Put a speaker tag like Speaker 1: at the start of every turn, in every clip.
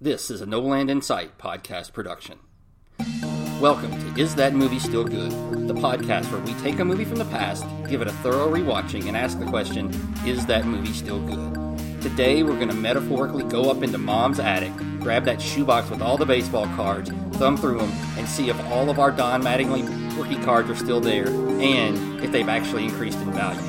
Speaker 1: This is a No Land in Sight podcast production. Welcome to Is That Movie Still Good? The podcast where we take a movie from the past, give it a thorough rewatching, and ask the question Is that movie still good? Today we're going to metaphorically go up into mom's attic, grab that shoebox with all the baseball cards, thumb through them, and see if all of our Don Mattingly rookie cards are still there and if they've actually increased in value.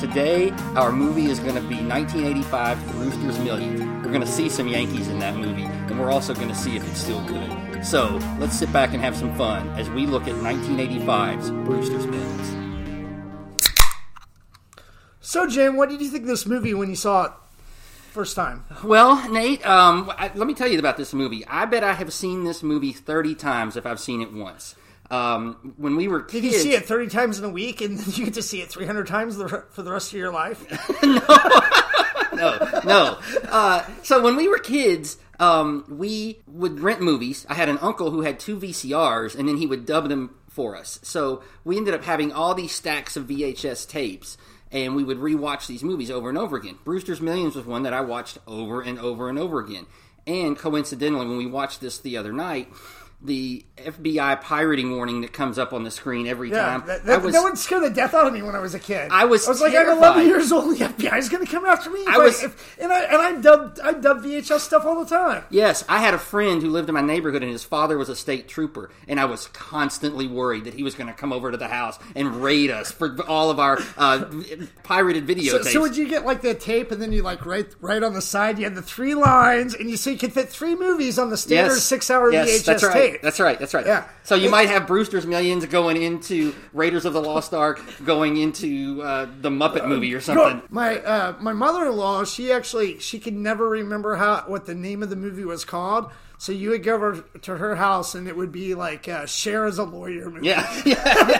Speaker 1: Today, our movie is going to be 1985 Roosters Million. We're going to see some Yankees in that movie, and we're also going to see if it's still good. So let's sit back and have some fun as we look at 1985's Brewster's Millions.
Speaker 2: So, Jim, what did you think of this movie when you saw it first time?
Speaker 1: Well, Nate, um, I, let me tell you about this movie. I bet I have seen this movie 30 times if I've seen it once. Um, when we were
Speaker 2: Did
Speaker 1: kids,
Speaker 2: you see it 30 times in a week and then you get to see it 300 times the, re- for the rest of your life?
Speaker 1: no. Uh, so when we were kids, um, we would rent movies. I had an uncle who had two VCRs, and then he would dub them for us. So we ended up having all these stacks of VHS tapes, and we would rewatch these movies over and over again. Brewster's Millions was one that I watched over and over and over again. And coincidentally, when we watched this the other night, the FBI pirating warning that comes up on the screen every
Speaker 2: Yeah,
Speaker 1: time.
Speaker 2: that,
Speaker 1: I
Speaker 2: that,
Speaker 1: was-
Speaker 2: that would scare the death out of me when I was a kid.
Speaker 1: I was
Speaker 2: I was like, I'm
Speaker 1: terrified.
Speaker 2: 11 years old. The FBI is going to come after me. If I
Speaker 1: was-
Speaker 2: if, and I and I dubbed I dubbed VHS stuff all the time.
Speaker 1: Yes, I had a friend who lived in my neighborhood, and his father was a state trooper, and I was constantly worried that he was going to come over to the house and raid us for all of our uh, pirated
Speaker 2: So,
Speaker 1: videotapes.
Speaker 2: so would you get like the tape and then you like right right on the side you had the three lines and you so you could fit three movies on the standard six hour
Speaker 1: yes,
Speaker 2: VHS
Speaker 1: that's right.
Speaker 2: tape.
Speaker 1: That's right. That's right.
Speaker 2: Yeah.
Speaker 1: So you
Speaker 2: It-
Speaker 1: might have Brewster's Millions going into Raiders of the Lost Ark, going into uh, the Muppet movie or something.
Speaker 2: No, my uh, my mother in law, she actually she could never remember how what the name of the movie was called. So you would go over to her house and it would be like uh, Cher is a lawyer movie.
Speaker 1: Yeah. yeah.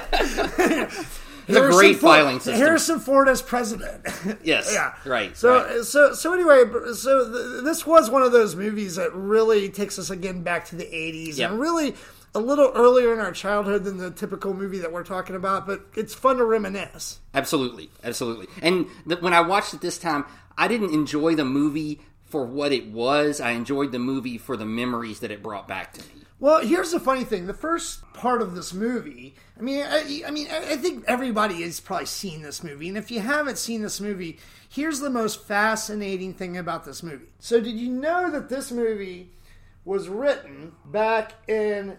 Speaker 1: It's a great
Speaker 2: Ford,
Speaker 1: filing system.
Speaker 2: Harrison Ford as president.
Speaker 1: Yes.
Speaker 2: yeah.
Speaker 1: Right,
Speaker 2: So
Speaker 1: right.
Speaker 2: so so anyway, br- so th- this was one of those movies that really takes us again back to the '80s
Speaker 1: Yeah.
Speaker 2: and really. A little earlier in our childhood than the typical movie that we're talking about, but it's fun to reminisce.
Speaker 1: Absolutely, absolutely. And th- when I watched it this time, I didn't enjoy the movie for what it was. I enjoyed the movie for the memories that it brought back to me.
Speaker 2: Well, here's the funny thing: the first part of this movie. I mean, I, I mean, I I think everybody has probably seen this movie, and if you haven't seen this movie, here's the most fascinating thing about this movie. So, did you know that this movie was written back in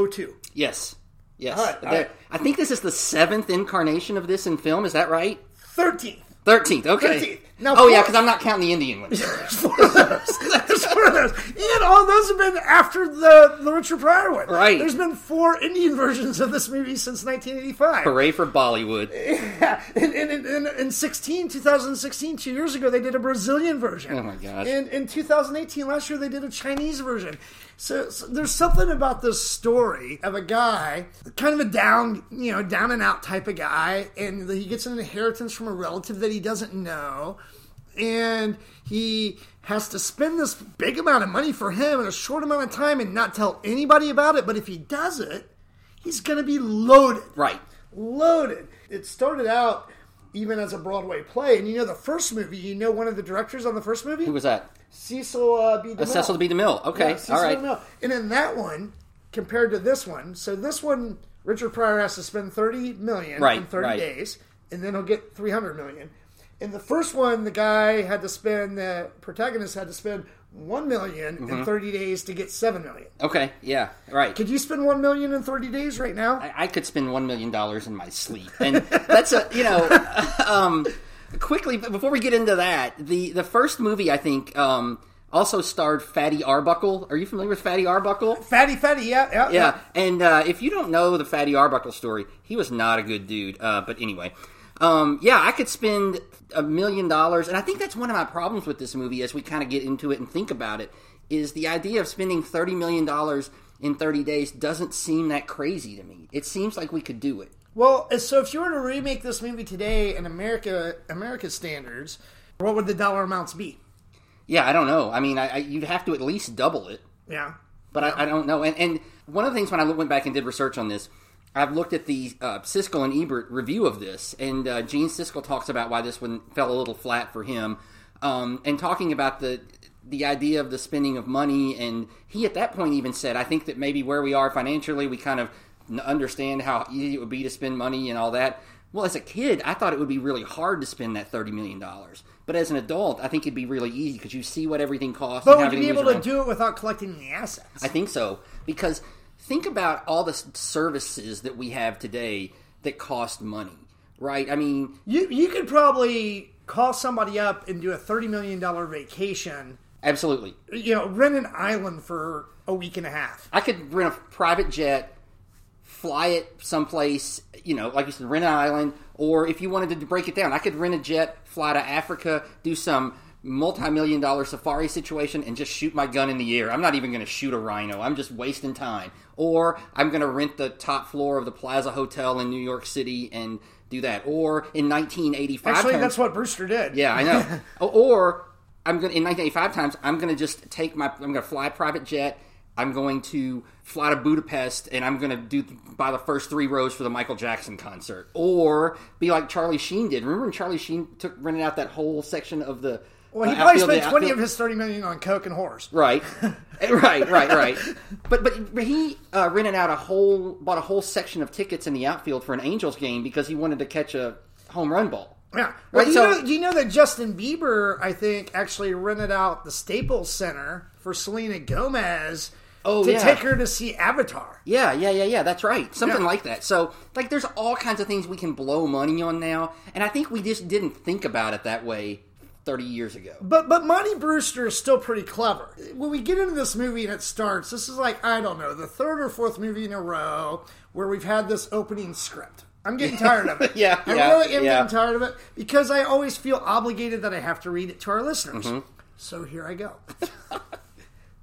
Speaker 2: 1902?
Speaker 1: Yes, yes.
Speaker 2: All right, all
Speaker 1: That- I think this is the seventh incarnation of this in film. Is that right?
Speaker 2: 13th.
Speaker 1: Thirteenth. Okay.
Speaker 2: 13th. Now,
Speaker 1: oh yeah,
Speaker 2: four-
Speaker 1: because I'm not counting the Indian one.
Speaker 2: There's four of those. There's four of those. And all those have been after the, the Richard Pryor one.
Speaker 1: Right.
Speaker 2: There's been four Indian versions of this movie since 1985.
Speaker 1: Hooray for Bollywood!
Speaker 2: Yeah, in, in, in- in, in 16, 2016, two years ago, they did a Brazilian version.
Speaker 1: Oh my gosh.
Speaker 2: In, in 2018, last year, they did a Chinese version. So, so there's something about this story of a guy, kind of a down, you know, down and out type of guy, and he gets an inheritance from a relative that he doesn't know. And he has to spend this big amount of money for him in a short amount of time and not tell anybody about it. But if he does it, he's going to be loaded
Speaker 1: Right.
Speaker 2: loaded. It started out even as a Broadway play, and you know the first movie. You know one of the directors on the first movie,
Speaker 1: Who was that?
Speaker 2: Cecil uh, B. DeMille.
Speaker 1: Cecil B. DeMille. Okay.
Speaker 2: Yeah, Cecil
Speaker 1: All right.
Speaker 2: DeMille. And in that one, compared to this one, so this one, Richard Pryor has to spend thirty million
Speaker 1: Right,
Speaker 2: in thirty
Speaker 1: right.
Speaker 2: days, and then he'll get three hundred million. In the first one, the guy had to spend the protagonist had to spend one million
Speaker 1: Mm-hmm.
Speaker 2: in thirty days to get seven million.
Speaker 1: Okay. Yeah. Right.
Speaker 2: Could you spend one million in thirty days right now?
Speaker 1: I I could spend one million dollars in my sleep, and that's a you know. Um, quickly but before we get into that, the the first movie I think um, also starred Fatty Arbuckle. Are you familiar with Fatty Arbuckle?
Speaker 2: fatty, fatty, yeah, yeah,
Speaker 1: Yeah, and uh, if you don't know the Fatty Arbuckle story, he was not a good dude. Uh, but anyway, um, yeah, I could spend a million dollars, and I think that's one of my problems with this movie as we kind of get into it and think about it is the idea of spending thirty million dollars in thirty days doesn't seem that crazy to me. It seems like we could do it.
Speaker 2: Well, uh, so if you were to remake this movie today in America, America standards, what would the dollar amounts be?
Speaker 1: Yeah, I don't know. I mean, I, I, you'd have to at least double it.
Speaker 2: Yeah.
Speaker 1: but I, I don't know. And, and one of the things when I lo- went back and did research on this, I've looked at the uh, Siskel and Ebert review of this, and uh, Gene Siskel talks about why this one fell a little flat for him, um, and talking about the the idea of the spending of money. And he at that point even said, I think that maybe where we are financially, we kind of n- understand how easy it would be to spend money and all that. Well, as a kid, I thought it would be really hard to spend that $30 million. But as an adult, I think it'd be really easy because you see what everything costs.
Speaker 2: But
Speaker 1: and how
Speaker 2: would you be
Speaker 1: everything
Speaker 2: able
Speaker 1: moves
Speaker 2: to
Speaker 1: around.
Speaker 2: do it without collecting the assets?
Speaker 1: I think so because think about all the s- services that we have today that cost money, right? I mean,
Speaker 2: you you could probably call somebody up and do a thirty million dollar vacation.
Speaker 1: absolutely.
Speaker 2: You know, rent an island for a week and a half.
Speaker 1: I could rent a private jet, fly it someplace, you know, like you said, rent an island, or if you wanted to break it down, I could rent a jet, fly to Africa, do some multi-million dollar safari situation and just shoot my gun in the air. I'm not even going to shoot a rhino. I'm just wasting time. Or I'm going to rent the top floor of the Plaza Hotel in New York City and do that. Or in 1985
Speaker 2: Actually,
Speaker 1: times-
Speaker 2: that's what Brewster did.
Speaker 1: yeah, I know. O- or I'm gonna in 1985 times. I'm gonna just take my. I'm gonna fly a private jet. I'm going to fly to Budapest, and I'm gonna do buy the first three rows for the Michael Jackson concert, or be like Charlie Sheen did. Remember when Charlie Sheen took rented out that whole section of the.
Speaker 2: Well, he
Speaker 1: uh,
Speaker 2: probably
Speaker 1: outfield-
Speaker 2: spent
Speaker 1: the
Speaker 2: twenty
Speaker 1: outfield-
Speaker 2: of his thirty million on coke and whores.
Speaker 1: Right, Eh, right, right, right. But but but he uh, rented out a whole bought a whole section of tickets in the outfield for an Angels game because he wanted to catch a home run ball.
Speaker 2: Yeah.
Speaker 1: Right,
Speaker 2: Well, do, you
Speaker 1: so-
Speaker 2: know, do you know that Justin Bieber, I think, actually rented out the Staples Center for Selena Gomez
Speaker 1: Oh,
Speaker 2: to
Speaker 1: yeah.
Speaker 2: take her to see Avatar?
Speaker 1: Yeah, yeah, yeah, yeah. That's right. Something
Speaker 2: Yeah.
Speaker 1: like that. So, like, there's all kinds of things we can blow money on now, and I think we just didn't think about it that way 30 years ago.
Speaker 2: But but Monty Brewster is still pretty clever. When we get into this movie and it starts, this is like I don't know the third or fourth movie in a row where we've had this opening script. I'm getting tired of it.
Speaker 1: Yeah,
Speaker 2: I
Speaker 1: yeah,
Speaker 2: really am
Speaker 1: yeah.
Speaker 2: getting tired of it because I always feel obligated that I have to read it to our listeners.
Speaker 1: Mm-hmm.
Speaker 2: So here I go.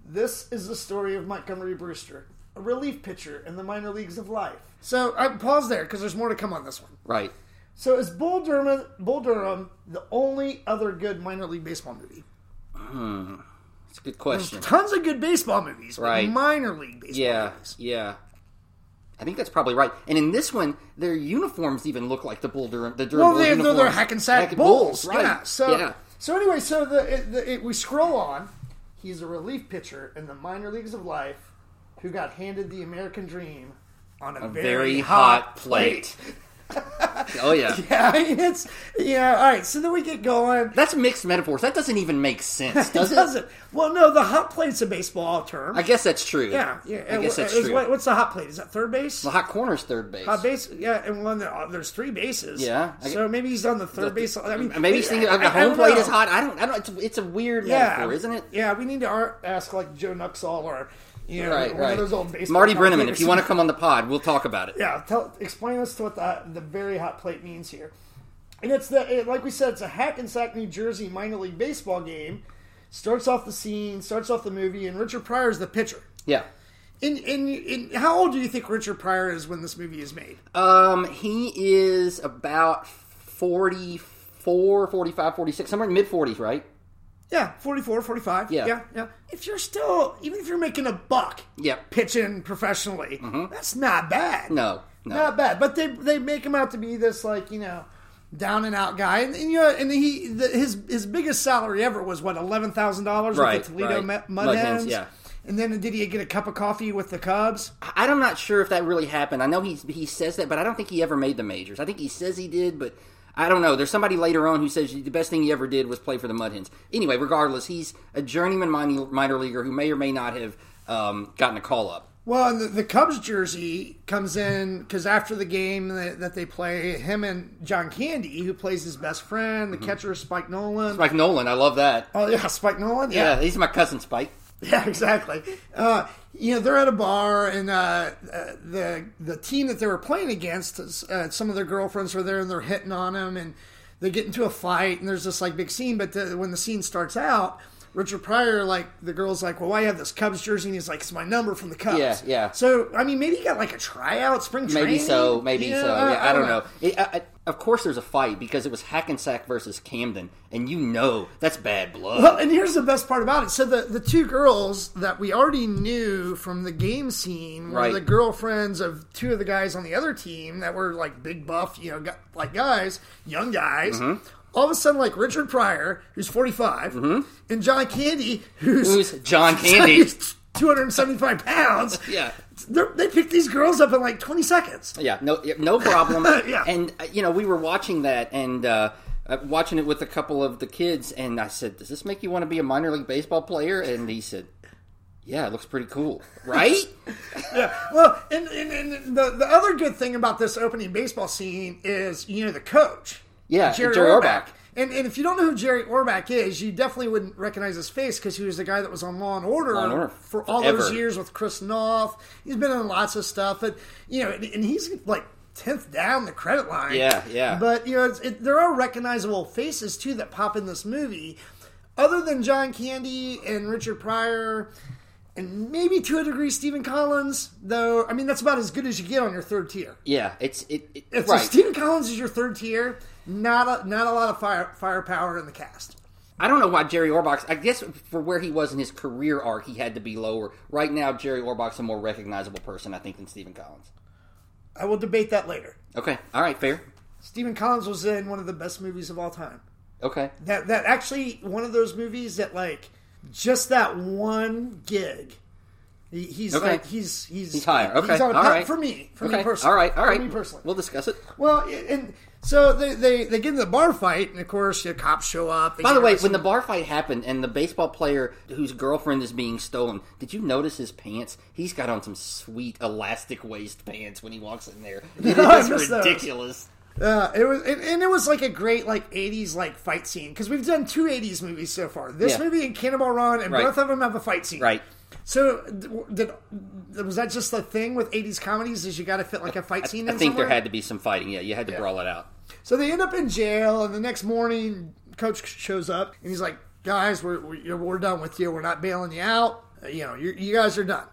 Speaker 2: this is the story of Montgomery Brewster, a relief pitcher in the minor leagues of life. So I pause there because there's more to come on this one.
Speaker 1: Right.
Speaker 2: So is Bull Durham, Bull Durham the only other good minor league baseball movie?
Speaker 1: It's a good question.
Speaker 2: Tons of good baseball movies, but
Speaker 1: Right.
Speaker 2: minor league baseball
Speaker 1: Yeah,
Speaker 2: movies.
Speaker 1: yeah. I think that's probably right. And in this one, their uniforms even lock like the Bull Durham. The Durham
Speaker 2: Well, they, they're,
Speaker 1: Bulls
Speaker 2: they're
Speaker 1: uniforms.
Speaker 2: Hackensack
Speaker 1: Hack-
Speaker 2: Bulls,
Speaker 1: right?
Speaker 2: yeah. So
Speaker 1: yeah.
Speaker 2: so anyway, so the, it, the it, we scroll on. He's a relief pitcher in the minor leagues of life, who got handed the American dream on a, very, hot plate.
Speaker 1: oh yeah.
Speaker 2: Yeah, it's yeah. All right, so then we get going.
Speaker 1: That's mixed metaphors. That doesn't even make sense, does it?
Speaker 2: Doesn't well, no, the hot plate's a baseball term.
Speaker 1: I guess that's true.
Speaker 2: yeah, yeah.
Speaker 1: I guess that's
Speaker 2: It- it's-
Speaker 1: true.
Speaker 2: what- what's the hot plate? Is that third base?
Speaker 1: the hot corner's third base.
Speaker 2: Uh, base, yeah, and one there, there's three bases.
Speaker 1: Yeah, I-
Speaker 2: so maybe he's on the third base. I mean,
Speaker 1: Maybe he's thinking
Speaker 2: I-
Speaker 1: of the
Speaker 2: I- I
Speaker 1: home
Speaker 2: don't
Speaker 1: plate
Speaker 2: know.
Speaker 1: is hot. I don't. I don't. It's, it's a weird
Speaker 2: Yeah,
Speaker 1: metaphor, isn't it?
Speaker 2: Yeah, we need to ar- ask like Joe Nuxall or you know
Speaker 1: Right,
Speaker 2: one
Speaker 1: right.
Speaker 2: of those old baseball.
Speaker 1: Marty Brenneman,
Speaker 2: commentators.
Speaker 1: if you want to come on the pod, we'll talk about it.
Speaker 2: yeah, tell explain us to what the the very hot plate means here. And it's the it, like we said, it's a Hackensack, New Jersey minor league baseball game. Starts off the scene, starts off the movie, and Richard Pryor is the pitcher.
Speaker 1: Yeah.
Speaker 2: And, and, and how old do you think Richard Pryor is when this movie is made?
Speaker 1: Um, he is about 44, 45, 46, somewhere in mid 40s, right?
Speaker 2: Yeah, 44, 45.
Speaker 1: Yeah.
Speaker 2: yeah, yeah. If you're still, even if you're making a buck
Speaker 1: Yep.
Speaker 2: pitching professionally, that's not bad.
Speaker 1: Mm-hmm. No. No.
Speaker 2: not bad. But they they make him out to be this like you know down and out guy, and, and you know, and he the, his his biggest salary ever was what eleven thousand dollars with
Speaker 1: Right,
Speaker 2: the Toledo
Speaker 1: right.
Speaker 2: Mudhens.
Speaker 1: Mud Hens, yeah.
Speaker 2: And then did he get a cup of coffee with the Cubs?
Speaker 1: I- I'm not sure if that really happened. I know he he says that, but I don't think he ever made the majors. I think he says he did, but I don't know. There's somebody later on who says the best thing he ever did was play for the Mud Hens. Anyway, regardless, he's a journeyman minor, minor leaguer who may or may not have um, gotten a call up.
Speaker 2: Well, and the, the Cubs jersey comes in because after the game that, that they play, him and John Candy, who plays his best friend,
Speaker 1: Mm-hmm.
Speaker 2: the catcher Spike Nolan.
Speaker 1: Like Nolan, I love that.
Speaker 2: Oh yeah, Spike Nolan.
Speaker 1: Yeah, he's my cousin Spike.
Speaker 2: Yeah, exactly. Uh, you know, they're at a bar, and uh, uh, the the team that they were playing against, uh, some of their girlfriends were there, and they're hitting on them, and they get into a fight, and there's this like big scene. But the, when the scene starts out, Richard Pryor, like the girl's like, "Well, why you have this Cubs jersey?" And he's like, "It's my number from the Cubs."
Speaker 1: Yeah, yeah.
Speaker 2: So I mean, maybe he got like a tryout, spring training.
Speaker 1: Maybe so. Maybe
Speaker 2: You know,
Speaker 1: so. Yeah, I, don't know. It, I, I, of course, there's a fight because it was Hackensack versus Camden, and you know that's bad blood.
Speaker 2: Well, and here's the best part about it. So the, the two girls that we already knew from the game scene were
Speaker 1: Right.
Speaker 2: the girlfriends of two
Speaker 1: Mm-hmm.
Speaker 2: of the guys on the other team that were like big buff, you know, gu- like guys, young guys. all of a sudden, like Richard Pryor, who's 45, and John Candy, who's,
Speaker 1: Who's John Candy?
Speaker 2: 275 pounds.
Speaker 1: Yeah.
Speaker 2: They're, they pick these girls up in like 20 seconds.
Speaker 1: Yeah, no, yeah, no problem.
Speaker 2: Yeah.
Speaker 1: And uh, you know, we were watching that and uh, uh, watching it with a couple of the kids, and I said, "Does this make you want to be a minor league baseball player?" And he said, "Yeah, it looks pretty cool, right?"
Speaker 2: Well, and, and, and the, the other good thing about this opening baseball scene is, you know, the coach.
Speaker 1: Yeah, Jerry Orbach.
Speaker 2: And, and if you don't know who Jerry Orbach is, you definitely wouldn't recognize his face because he was the guy that was on Law and Order,
Speaker 1: and Order,
Speaker 2: for all
Speaker 1: forever.
Speaker 2: those years with Chris Knopf. He's been in lots of stuff, but you know, and, and he's like tenth down the credit line.
Speaker 1: Yeah, yeah.
Speaker 2: But you know, it's, it, there are recognizable faces too that pop in this movie, other than John Candy and Richard Pryor. And maybe to a degree, Stephen Collins, though, I mean, that's about as good as you get on your third tier.
Speaker 1: yeah, it's it, it
Speaker 2: If
Speaker 1: right.
Speaker 2: Stephen Collins is your third tier, not a, not a lot of fire, firepower in the cast.
Speaker 1: I don't know why Jerry Orbach. I guess for where he was in his career arc, he had to be lower. Right now, Jerry Orbach's a more recognizable person, I think, than Stephen Collins.
Speaker 2: I will debate that later.
Speaker 1: Okay, all right, fair.
Speaker 2: Stephen Collins was in one of the best movies of all time.
Speaker 1: Okay,
Speaker 2: That that actually one of those movies that like just that one gig. He, he's
Speaker 1: Okay.
Speaker 2: like he's he's
Speaker 1: he's higher. Okay,
Speaker 2: he's on
Speaker 1: all
Speaker 2: top
Speaker 1: right.
Speaker 2: for me for
Speaker 1: okay.
Speaker 2: me personally.
Speaker 1: all right, all right.
Speaker 2: for me personally.
Speaker 1: We'll discuss it.
Speaker 2: Well, and so they, they they get into the bar fight, and of course, your cops show up.
Speaker 1: By the way, when the bar fight happened and the baseball player whose girlfriend is being stolen, did you notice his pants? He's got on some sweet elastic waist pants when he walks in there. It
Speaker 2: I
Speaker 1: is
Speaker 2: missed those.
Speaker 1: ridiculous.
Speaker 2: Uh, it was, and, and it was like a great like '80s like fight scene because we've done two '80s movies so far. This
Speaker 1: Yeah.
Speaker 2: movie and Cannonball Run, and
Speaker 1: Right.
Speaker 2: both of them have a fight scene.
Speaker 1: Right.
Speaker 2: So did, was that just the thing with '80s comedies? Is you got to fit like a fight scene?
Speaker 1: I
Speaker 2: in
Speaker 1: think
Speaker 2: somewhere?
Speaker 1: there had to be some fighting. Yeah, you had to brawl it out.
Speaker 2: So they end up in jail, and the next morning, coach shows up, and he's like, "Guys, we're we're, we're done with you. We're not bailing you out. Uh, You know, you you guys are done."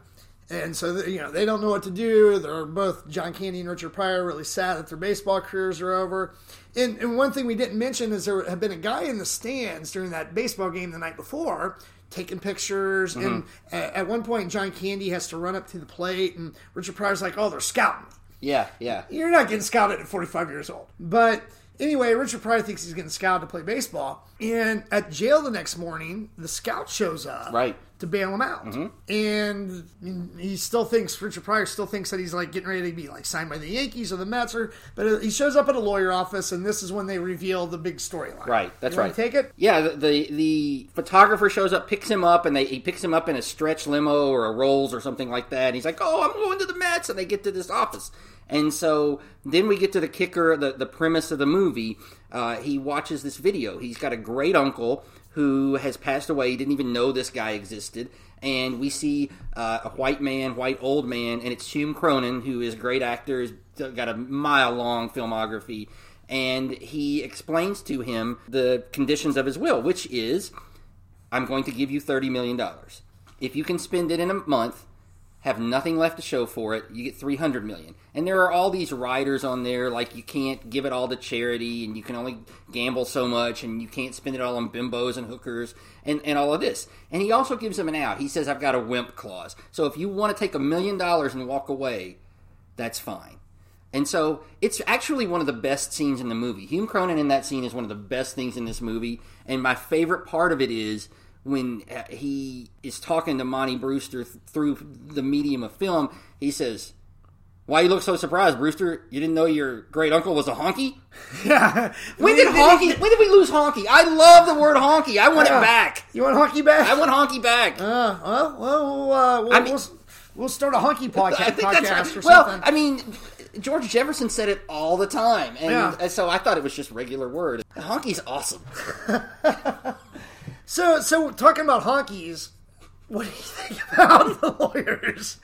Speaker 2: And so the, you know they don't know what to do. They're both John Candy and Richard Pryor really sad that their baseball careers are over. And, and one thing we didn't mention is there had been a guy in the stands during that baseball game the night before taking pictures. And at, at one point, John Candy has to run up to the plate, and Richard Pryor's like, "Oh, they're scouting." me."
Speaker 1: Yeah, yeah.
Speaker 2: you're not getting scouted at 45 years old. But anyway, Richard Pryor thinks he's getting scouted to play baseball. And at jail the next morning, the scout shows up
Speaker 1: Right. Mm-hmm.
Speaker 2: to bail him out. And he still thinks, Richard Pryor still thinks that he's like getting ready to be like signed by the Yankees or the Mets or, but uh, he shows up at a lawyer office and this is when they reveal the big storyline.
Speaker 1: Right, that's
Speaker 2: You wanna
Speaker 1: right.
Speaker 2: Take it?
Speaker 1: Yeah, the, the the photographer shows up, picks him up, and they, he picks him up in a stretch limo or a Rolls or something like that. And he's like, "Oh, I'm going to the Mets," and they get to this office. And so then we get to the kicker, the the premise of the movie. Uh, he watches this video. He's got a great uncle who has passed away. He didn't even know this guy existed. And we see uh, a white man, white old man, and it's Hume Cronin, who is a great actor, has got a mile long filmography and he explains to him the conditions of his will, which is I'm going to give you $30 million. If you can spend it in a month, have nothing left to show for it, you get 300 million. And there are all these riders on there like you can't give it all to charity and you can only gamble so much and you can't spend it all on bimbos and hookers and, and all of this. And he also gives him an out. He says I've got a wimp clause. So if you want to take a million dollars and walk away, that's fine. And so it's actually one of the best scenes in the movie. Hume Cronin in that scene is one of the best things in this movie. And my favorite part of it is when uh, he is talking to Monty Brewster th- through the medium of film. He says, "Why you look so surprised, Brewster? You didn't know your great uncle was a honky?
Speaker 2: Yeah.
Speaker 1: When did honky? When did we lose honky? I love the word honky. I want it back.
Speaker 2: You want honky back?
Speaker 1: I want honky back."
Speaker 2: Uh, well, well, uh, we'll,
Speaker 1: I mean-
Speaker 2: we'll, s- we'll start a honky podcast,
Speaker 1: I think
Speaker 2: podcast
Speaker 1: that's
Speaker 2: or
Speaker 1: right. Well,
Speaker 2: something.
Speaker 1: I mean, George Jefferson said it all the time, and
Speaker 2: Yeah.
Speaker 1: and so I thought it was just regular word. Honky's awesome.
Speaker 2: So, so talking about honkies, what do you think about the lawyers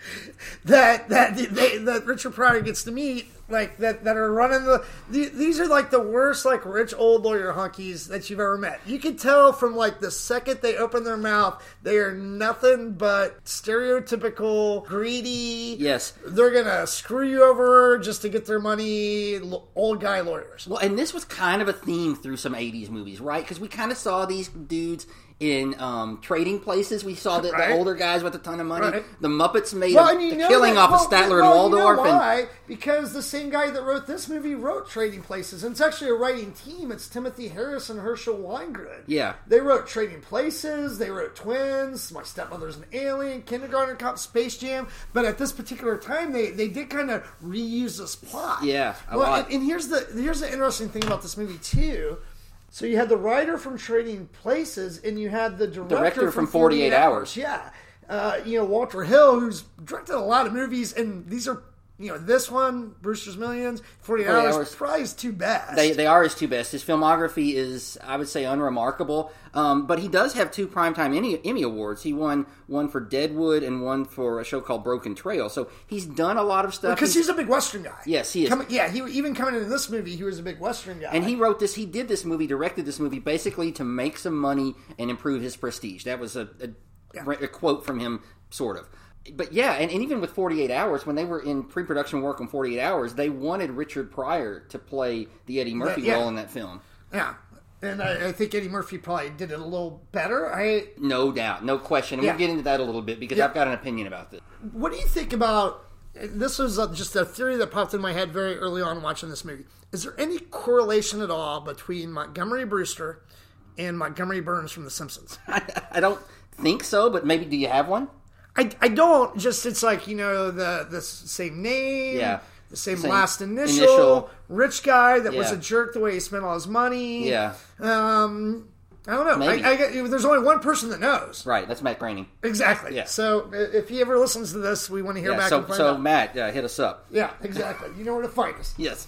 Speaker 2: that that they, that Richard Pryor gets to meet, like that that are running the, the these are like the worst like rich old lawyer honkies that you've ever met. You can tell from like the second they open their mouth, they are nothing but stereotypical greedy.
Speaker 1: Yes.
Speaker 2: they're gonna screw you over just to get their money. l- Old guy lawyers.
Speaker 1: Well, and this was kind of a theme through some '80s movies, right? Because we kind of saw these dudes In um, Trading Places, we saw the,
Speaker 2: Right.
Speaker 1: the older guys with a ton of money.
Speaker 2: Right.
Speaker 1: The Muppets made
Speaker 2: Well,
Speaker 1: a,
Speaker 2: and you
Speaker 1: a
Speaker 2: know
Speaker 1: killing
Speaker 2: that-
Speaker 1: off of
Speaker 2: well,
Speaker 1: Statler
Speaker 2: well,
Speaker 1: and
Speaker 2: you know
Speaker 1: Waldorf. and
Speaker 2: why? Because the same guy that wrote this movie wrote Trading Places, and it's actually a writing team. It's Timothy Harris and Herschel Weingrid.
Speaker 1: Yeah.
Speaker 2: they wrote Trading Places. They wrote Twins. My stepmother's an alien. Kindergarten Cop. Space Jam. But at this particular time, they they did kind of reuse this plot.
Speaker 1: Yeah, a
Speaker 2: well,
Speaker 1: lot.
Speaker 2: and- and here's the here's the interesting thing about this movie too. So you had the writer from Trading Places, and you had the director,
Speaker 1: Director
Speaker 2: from
Speaker 1: from 48 Hours.
Speaker 2: yeah. Uh, you know, Walter Hill, who's directed a lot of movies, and these are, you know, this one, Brewster's Millions, 48 Hours,
Speaker 1: Hours.
Speaker 2: probably his two best.
Speaker 1: They, they are his two best. His filmography is, I would say, unremarkable. Um, but he does have two primetime Emmy, Emmy awards. He won one for Deadwood and one for a show called Broken Trail. So he's done a lot of stuff.
Speaker 2: because he's a big Western guy.
Speaker 1: Yes, he is.
Speaker 2: Coming- yeah, he even coming into this movie, he was a big Western guy.
Speaker 1: and he wrote this. He did this movie, directed this movie, basically to make some money and improve his prestige. That was a, a, a quote from him, sort of. But yeah, and, and even with 48 Hours, when they were in pre production work on 48 Hours, they wanted Richard Pryor to play the Eddie Murphy
Speaker 2: Yeah, yeah.
Speaker 1: role in that film.
Speaker 2: yeah. And I, I think Eddie Murphy probably did it a little better. I
Speaker 1: No doubt, no question. And
Speaker 2: Yeah.
Speaker 1: we'll get into that a little bit because I've got an opinion about this.
Speaker 2: What do you think about this? Was uh, just a theory that popped in my head very early on watching this movie. Is there any correlation at all between Montgomery Brewster and Montgomery Burns from The Simpsons?
Speaker 1: I, I don't think so, but maybe do you have one?
Speaker 2: I, I don't just it's like you know the the s- same name
Speaker 1: Yeah.
Speaker 2: the same,
Speaker 1: Same
Speaker 2: last initial,
Speaker 1: initial.
Speaker 2: rich guy that was
Speaker 1: Yeah.
Speaker 2: a jerk the way he spent all his money
Speaker 1: Yeah.
Speaker 2: um I don't know
Speaker 1: Maybe.
Speaker 2: I, I, get- there's only one person that knows
Speaker 1: Right, that's Matt Groening.
Speaker 2: exactly
Speaker 1: Yeah.
Speaker 2: so i- if he ever listens to this we want to hear
Speaker 1: Yeah,
Speaker 2: back
Speaker 1: so
Speaker 2: and find
Speaker 1: so
Speaker 2: out
Speaker 1: Matt, yeah, hit us up.
Speaker 2: yeah exactly you know where to find us
Speaker 1: Yes.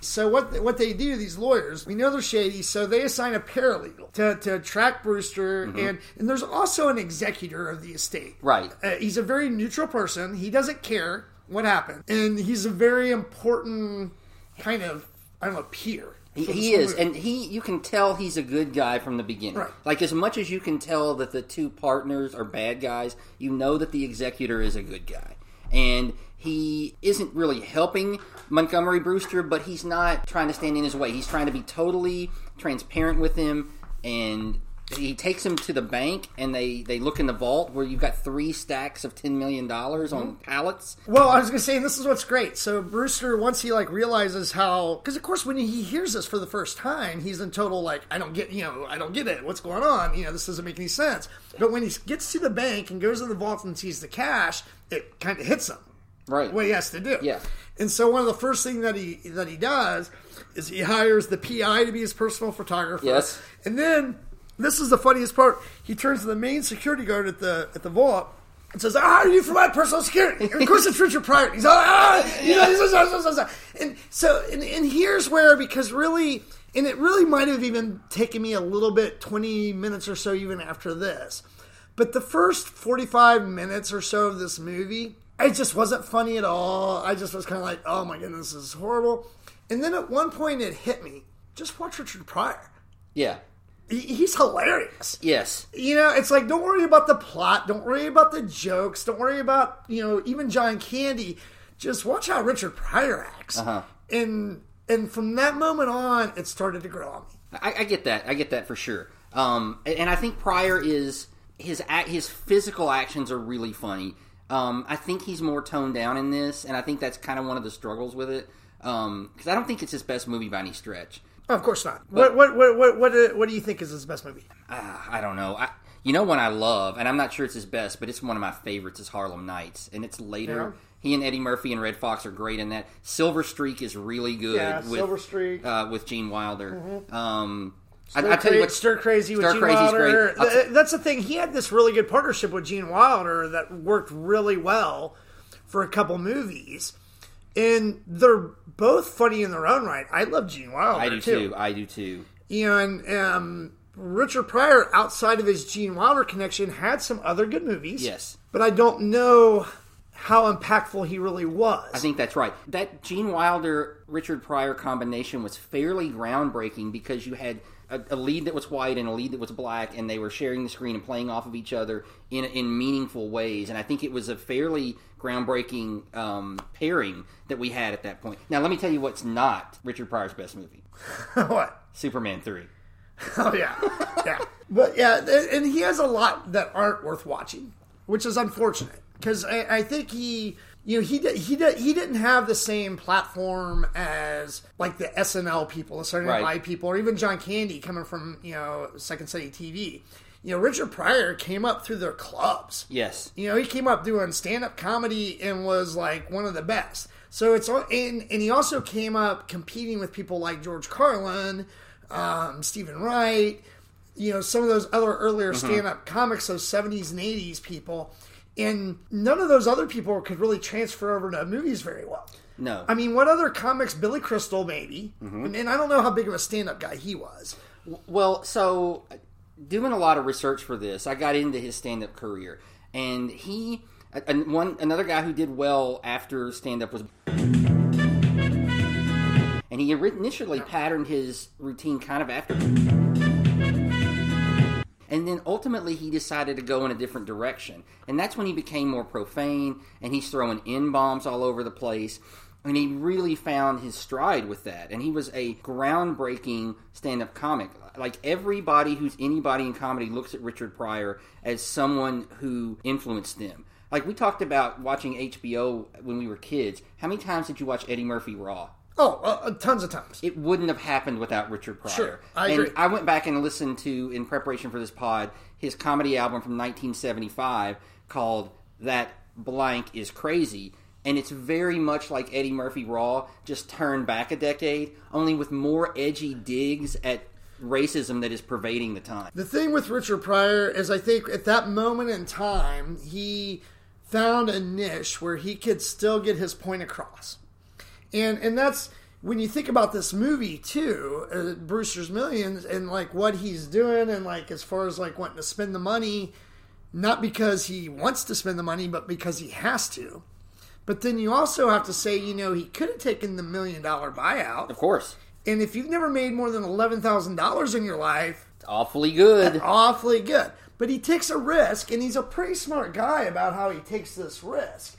Speaker 2: So what what they do, these lawyers, we know they're shady, so they assign a paralegal to, to track Brewster, and and there's also an executor of the estate.
Speaker 1: Mm-hmm. Right.
Speaker 2: Uh, he's a very neutral person. He doesn't care what happened, and he's a very important kind of I don't know peer.
Speaker 1: He,
Speaker 2: for this
Speaker 1: he is,
Speaker 2: lawyer.
Speaker 1: and he you can tell he's a good guy from the beginning.
Speaker 2: Right.
Speaker 1: Like as much as you can tell that the two partners are bad guys, you know that the executor is a good guy, and he isn't really helping Montgomery Brewster, but he's not trying to stand in his way. He's trying to be totally transparent with him, and he takes him to the bank, and they they look in the vault where you've got three stacks of ten million dollars on pallets.
Speaker 2: Well, I was gonna say, and this is what's great. So Brewster, once he like realizes how, because of course when he hears this for the first time, he's in total like, I don't get, you know, I don't get it. What's going on? You know, this doesn't make any sense. But when he gets to the bank and goes to the vault and sees the cash, it kind of hits him.
Speaker 1: Right.
Speaker 2: What he has to do.
Speaker 1: Yeah.
Speaker 2: And so one of the first thing that he that he does is he hires the PI to be his personal photographer.
Speaker 1: Yes.
Speaker 2: And then this is the funniest part. He turns to the main security guard at the at the vault and says, "I hire you for my personal security." And of course, it's Richard Pryor. He's like, ah, you know, this, this, this, this, this." and so and, and here's where because really. And it really might have even taken me a little bit, 20 minutes or so, even after this. But the first 45 minutes or so of this movie, it just wasn't funny at all. I just was kind of like, oh my goodness, this is horrible. And then at one point it hit me just watch Richard Pryor.
Speaker 1: Yeah.
Speaker 2: He- He's hilarious.
Speaker 1: Yes.
Speaker 2: You know, it's like don't worry about the plot, don't worry about the jokes, don't worry about you know even John Candy. Just watch how Richard Pryor acts,
Speaker 1: Uh-huh.
Speaker 2: and and from that moment on, it started to grow on me.
Speaker 1: I, I get that. I get that for sure. Um, and, and I think Pryor is his ac- his physical actions are really funny. Um, I think he's more toned down in this, and I think that's kind of one of the struggles with it because I don't think it's his best movie by any stretch.
Speaker 2: Oh, of course not. What what what what what do, what do you think is his best movie?
Speaker 1: Ah, I don't know. I, you know one I love, and I'm not sure it's his best, but it's one of my favorites is Harlem Nights, and it's later.
Speaker 2: Yeah.
Speaker 1: He and Eddie Murphy and Red Fox are great in that. Silver Streak is really good.
Speaker 2: Yeah,
Speaker 1: with,
Speaker 2: Silver Streak. Mm-hmm.
Speaker 1: uh, with Gene Wilder. Um, I,
Speaker 2: Stir
Speaker 1: I tell you
Speaker 2: Cra-
Speaker 1: what,
Speaker 2: Stir Crazy with
Speaker 1: Stir
Speaker 2: Gene
Speaker 1: Crazy's
Speaker 2: Wilder.
Speaker 1: great. I'll
Speaker 2: Th- That's the thing. He had this really good partnership with Gene Wilder that worked really well for a couple movies, and they're both funny in their own right. I love Gene Wilder
Speaker 1: I do too. I do too.
Speaker 2: You know, and um, Richard Pryor, outside of his Gene Wilder connection, had some other good movies.
Speaker 1: Yes.
Speaker 2: but I don't know how impactful he really was.
Speaker 1: I think that's right. That Gene Wilder Richard Pryor combination was fairly groundbreaking because you had a, a lead that was white and a lead that was black, and they were sharing the screen and playing off of each other in in meaningful ways. And I think it was a fairly groundbreaking um, pairing that we had at that point. Now, let me tell you what's not Richard Pryor's best movie:
Speaker 2: what?
Speaker 1: Superman Three.
Speaker 2: Oh yeah, yeah. But yeah, th- and he has a lot that aren't worth watching, which is unfortunate because I, I think he, you know, he did, he did, he didn't have the same platform as like the SNL people, the Saturday Night
Speaker 1: Right.
Speaker 2: Live people, or even John Candy coming from you know Second City TV. You know, Richard Pryor came up through their clubs.
Speaker 1: Yes.
Speaker 2: You know, he came up doing stand up comedy and was like one of the best. So it's all- and and he also came up competing with people like George Carlin, um, Stephen Wright, you know, some of those other earlier stand up comics, those seventies and eighties people. And none of those other people could really transfer over to movies very well.
Speaker 1: No.
Speaker 2: I mean, what other comics? Billy Crystal, maybe. And, and I don't know how big of a stand up guy he was.
Speaker 1: Well, so doing a lot of research for this, I got into his stand-up career, and he and one another guy who did well after stand-up was. And he initially patterned his routine kind of after. And then ultimately, he decided to go in a different direction. And that's when he became more profane and he's throwing N bombs all over the place. And he really found his stride with that. And he was a groundbreaking stand up comic. Like everybody who's anybody in comedy looks at Richard Pryor as someone who influenced them. Like we talked about watching HBO when we were kids. How many times did you watch Eddie Murphy Raw?
Speaker 2: Oh, uh, tons of times.
Speaker 1: it wouldn't have happened without Richard Pryor.
Speaker 2: Sure, I
Speaker 1: and
Speaker 2: agree.
Speaker 1: I went back and listened to, in preparation for this pod, his comedy album from 1975 called That Blank is Crazy. And it's very much like Eddie Murphy Raw, just turned back a decade, only with more edgy digs at racism that is pervading the time.
Speaker 2: The thing with Richard Pryor is, I think at that moment in time, he found a niche where he could still get his point across, and and that's when you think about this movie too, uh, Brewster's Millions, and like what he's doing, and like as far as like wanting to spend the money, not because he wants to spend the money, but because he has to. But then you also have to say, you know, he could have taken the million dollar buyout,
Speaker 1: Of course,
Speaker 2: and if you've never made more than eleven thousand dollars in your life
Speaker 1: it's awfully good.
Speaker 2: awfully good. But he takes a risk, and he's a pretty smart guy about how he takes this risk.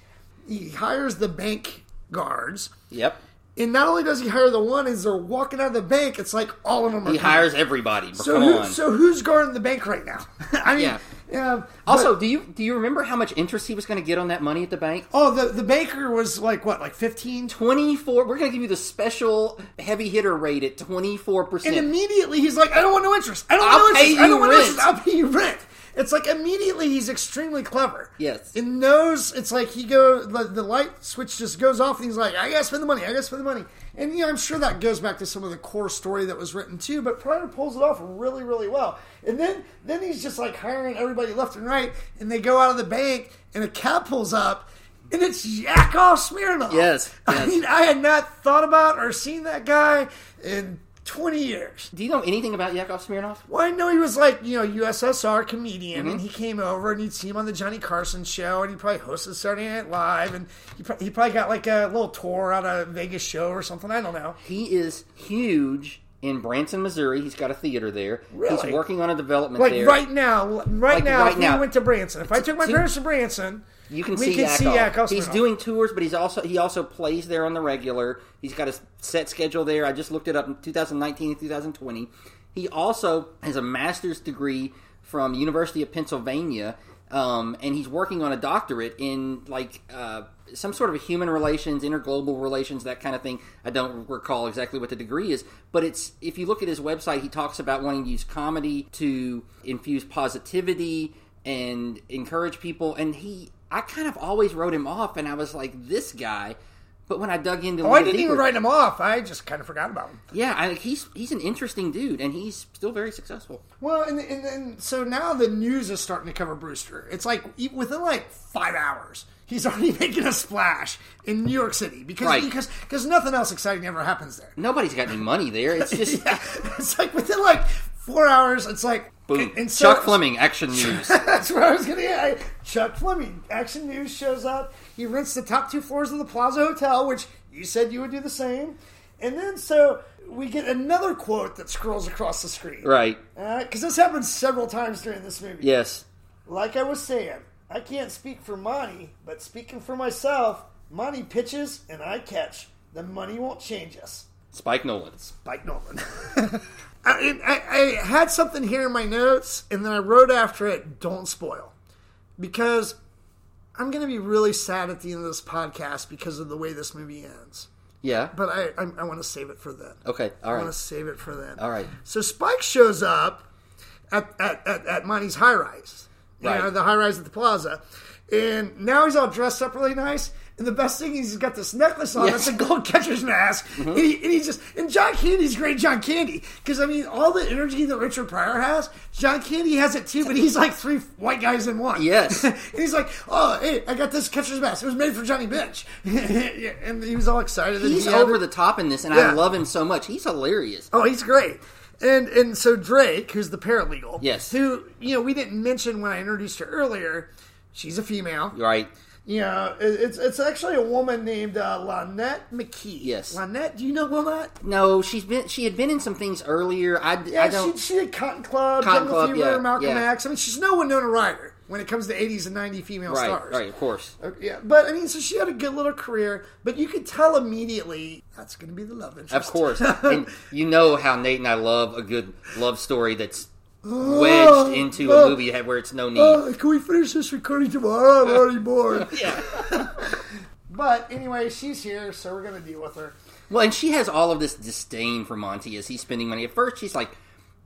Speaker 2: He hires the bank guards,
Speaker 1: Yep.
Speaker 2: and not only does he hire the one, as they're walking out of the bank, it's like all of them are.
Speaker 1: He hires everybody.
Speaker 2: So,
Speaker 1: Come
Speaker 2: who,
Speaker 1: on.
Speaker 2: so who's guarding the bank right now? I mean, um,
Speaker 1: Yeah.
Speaker 2: yeah.
Speaker 1: also, do you do you remember how much interest he was going to get on that money at the bank?
Speaker 2: oh, the the banker was like what, like fifteen,
Speaker 1: 24 we're going to give you the special heavy hitter rate at 24%
Speaker 2: And immediately he's like, I don't want no interest. I don't
Speaker 1: I'll
Speaker 2: want no
Speaker 1: pay
Speaker 2: interest. I
Speaker 1: you
Speaker 2: don't want no
Speaker 1: rent."
Speaker 2: interest. I'll pay you rent. It's like immediately he's extremely clever.
Speaker 1: Yes.
Speaker 2: And knows it's like he go the, the light switch just goes off and he's like, I gotta spend the money, I gotta spend the money. And you know, I'm sure that goes back to some of the core story that was written too, but Pryor pulls it off really, really well. And then then he's just like hiring everybody left and right, and they go out of the bank and a cab pulls up and it's Yakov Smirnoff.
Speaker 1: Yes,
Speaker 2: I
Speaker 1: yes.
Speaker 2: mean, I had not thought about or seen that guy in 20 years.
Speaker 1: do you know anything about yakov smirnov
Speaker 2: Well, I know he was like, you know, USSR comedian,
Speaker 1: Mm-hmm.
Speaker 2: and he came over and you'd see him on the Johnny Carson show, and he probably hosted Saturday Night Live, and he, pro- he probably got like a little tour on a Vegas show or something. I don't know.
Speaker 1: he is huge in branson missouri he's got a theater there
Speaker 2: Really?
Speaker 1: he's working on a development
Speaker 2: Like
Speaker 1: there
Speaker 2: right now, right now,
Speaker 1: right
Speaker 2: if
Speaker 1: now.
Speaker 2: we went to Branson, if I took my
Speaker 1: Two-
Speaker 2: parents to Branson,
Speaker 1: you can
Speaker 2: we
Speaker 1: see
Speaker 2: could
Speaker 1: yakov,
Speaker 2: see Yakov
Speaker 1: he's
Speaker 2: Smirnoff.
Speaker 1: doing tours but he's also he also plays there on the regular he's got a set schedule there i just looked it up in 2019 and 2020 he also has a master's degree from university of pennsylvania um, and he's working on a doctorate in like uh, some sort of human relations, interglobal relations, that kind of thing. I don't recall exactly what the degree is, but it's if you look at his website, he talks about wanting to use comedy to infuse positivity and encourage people. And he, I kind of always wrote him off, and I was like, this guy. But when I dug into,
Speaker 2: Oh, I didn't even write him off. I just kind of forgot about him.
Speaker 1: Yeah, I, he's he's an interesting dude, and he's still very successful.
Speaker 2: Well, and, and, and so now the news is starting to cover Brewster. It's like e- within like five hours, he's already making a splash in New York City because
Speaker 1: Right.
Speaker 2: because because nothing else exciting ever happens there.
Speaker 1: Nobody's got any money there. It's just
Speaker 2: Yeah, it's like within like four hours, it's like
Speaker 1: boom.
Speaker 2: and so-
Speaker 1: Chuck Fleming, action news.
Speaker 2: That's where I was gonna get. Chuck Fleming, Action News shows up. He rents the top two floors of the Plaza Hotel, which you said you would do the same. And then so we get another quote that scrolls across the screen,
Speaker 1: right.
Speaker 2: Because this happens several times during this movie.
Speaker 1: Yes.
Speaker 2: Like I was saying, I can't speak for Monty, but speaking for myself, Monty pitches and I catch. The money won't change us.
Speaker 1: Spike Nolan's.
Speaker 2: Spike Nolan. I, and I, I had something here in my notes, and then I wrote after it, "Don't spoil," because I'm going to be really sad at the end of this podcast because of the way this movie ends.
Speaker 1: Yeah.
Speaker 2: But I, I, I want to save it for then.
Speaker 1: Okay. All
Speaker 2: I want
Speaker 1: right.
Speaker 2: to save it for then.
Speaker 1: All right.
Speaker 2: So Spike shows up at at, at, at Monty's high rise, you
Speaker 1: Right.
Speaker 2: know, the high rise at the plaza, and now he's all dressed up really nice. And the best thing is he's got this necklace on.
Speaker 1: Yes. Mm-hmm.
Speaker 2: That's a gold catcher's mask. And, he, and he just and John Candy's great, John Candy, because I mean all the energy that Richard Pryor has, John Candy has it too. But he's like three white guys in one.
Speaker 1: Yes.
Speaker 2: and he's like, oh hey, I got this catcher's mask. It was made for Johnny Bench, and he was all excited. and
Speaker 1: He's
Speaker 2: he had
Speaker 1: over
Speaker 2: it.
Speaker 1: the top in this, and I
Speaker 2: Yeah.
Speaker 1: love him so much. He's hilarious.
Speaker 2: Oh, he's great. And and so Drake, who's the paralegal,
Speaker 1: Yes.
Speaker 2: who you know we didn't mention when I introduced her earlier, she's a female.
Speaker 1: Right.
Speaker 2: You know, it- it's it's actually a woman named uh, Lynette McKee.
Speaker 1: Yes.
Speaker 2: Lynette, do you know Lynette?
Speaker 1: No, she's been she had been in some things earlier. I, I
Speaker 2: Yeah,
Speaker 1: don't.
Speaker 2: she, she did Cotton Club,
Speaker 1: Cotton
Speaker 2: Jungle
Speaker 1: Club,
Speaker 2: Fever,
Speaker 1: yeah,
Speaker 2: Malcolm
Speaker 1: yeah.
Speaker 2: X. I mean, she's no Winona Ryder when it comes to '80s and '90s female
Speaker 1: right.
Speaker 2: stars.
Speaker 1: Right. Of course.
Speaker 2: Uh, Yeah, but I mean, so she had a good little career, but you could tell immediately that's going to be the love interest.
Speaker 1: Of course. and you know how Nate and I love a good love story that's wedged into a movie that- where it's no need.
Speaker 2: Uh, can we finish this recording tomorrow? I'm already bored.
Speaker 1: Yeah.
Speaker 2: But anyway, she's here, so we're gonna deal with her.
Speaker 1: Well, and she has all of this disdain for Monty as he's spending money. At first, she's like,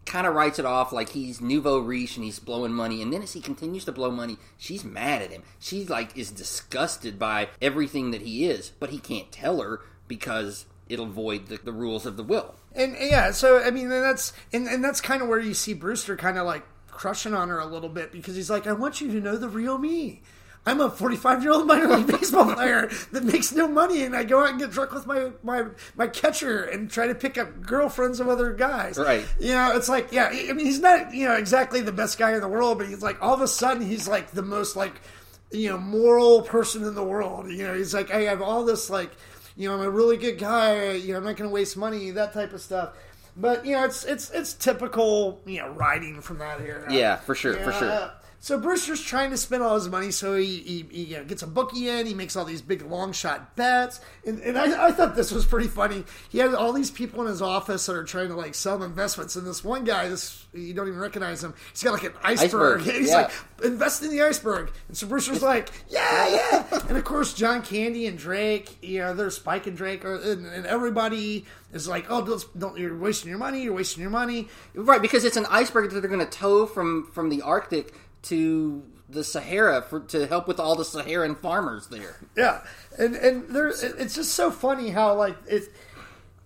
Speaker 1: kind of writes it off like he's nouveau riche and he's blowing money. And then as he continues to blow money, she's mad at him. She like is disgusted by everything that he is, but he can't tell her because it'll void the, the rules of the will.
Speaker 2: And, and yeah, so I mean, and that's and, and that's kind of where you see Brewster kind of like crushing on her a little bit because he's like, I want you to know the real me. I'm a 45 year old minor league baseball player that makes no money, and I go out and get drunk with my my my catcher and try to pick up girlfriends of other guys.
Speaker 1: Right.
Speaker 2: You know, it's like, yeah, I mean, he's not you know exactly the best guy in the world, but he's like all of a sudden he's like the most like you know moral person in the world. You know, he's like, I have all this like, you know, I'm a really good guy. You know, I'm not going to waste money, that type of stuff. But you know, it's it's it's typical you know writing from that era.
Speaker 1: Yeah, for sure, for sure.
Speaker 2: Yeah. uh, So Brewster's trying to spend all his money, so he, he, he you know, gets a bookie in. He makes all these big long shot bets, and, and I, I thought this was pretty funny. He had all these people in his office that are trying to like sell him investments, and this one guy, this you don't even recognize him. He's got like an iceberg.
Speaker 1: Iceberg,
Speaker 2: He's
Speaker 1: yeah.
Speaker 2: like, invest in the iceberg. And so Brewster's like, yeah, yeah. And of course, John Candy and Drake, you know, there's Spike and Drake, are, and, and everybody is like, oh, don't, don't you're wasting your money. You're wasting your money.
Speaker 1: Right, because it's an iceberg that they're going to tow from from the Arctic to the Sahara for, to help with all the Saharan farmers there.
Speaker 2: Yeah, and and there, it- it's just so funny how like it,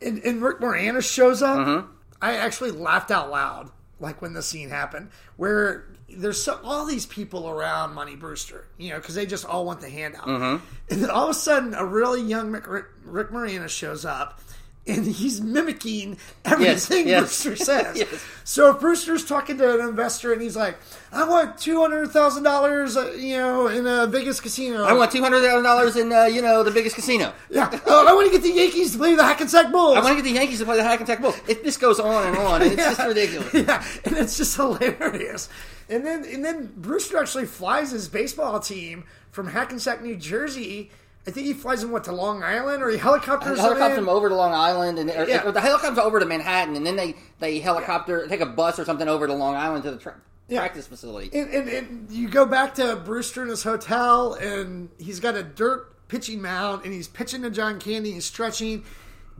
Speaker 2: and, and Rick Moranis shows up.
Speaker 1: Uh-huh.
Speaker 2: I actually laughed out loud like when the scene happened where there's so, all these people around Money Brewster, you know, because they just all want the handout,
Speaker 1: Uh-huh.
Speaker 2: and then all of a sudden a really young Rick, Rick, Rick Moranis shows up. And he's mimicking everything
Speaker 1: yes.
Speaker 2: Brewster says.
Speaker 1: Yes.
Speaker 2: So if Brewster's talking to an investor and he's like, "I want two hundred thousand dollars, uh, you know, in a Vegas casino."
Speaker 1: I want two hundred thousand dollars in uh, you know the biggest casino.
Speaker 2: Yeah, uh, I want to get the Yankees to play the Hackensack Bulls.
Speaker 1: I want to get the Yankees to play the Hackensack Bulls. If this goes on and on, it's just ridiculous.
Speaker 2: yeah, and it's just hilarious. And then and then Brewster actually flies his baseball team from Hackensack, New Jersey. I think he flies them what to Long Island or he helicopters.
Speaker 1: The
Speaker 2: them
Speaker 1: helicopter
Speaker 2: in.
Speaker 1: them over to Long Island, and or,
Speaker 2: Yeah.
Speaker 1: or the helicopter over to Manhattan, and then they they helicopter take a bus or something over to Long Island to the tra-
Speaker 2: Yeah.
Speaker 1: practice facility.
Speaker 2: And, and, and you go back to Brewster in his hotel, and he's got a dirt pitching mound, and he's pitching to John Candy, he's stretching,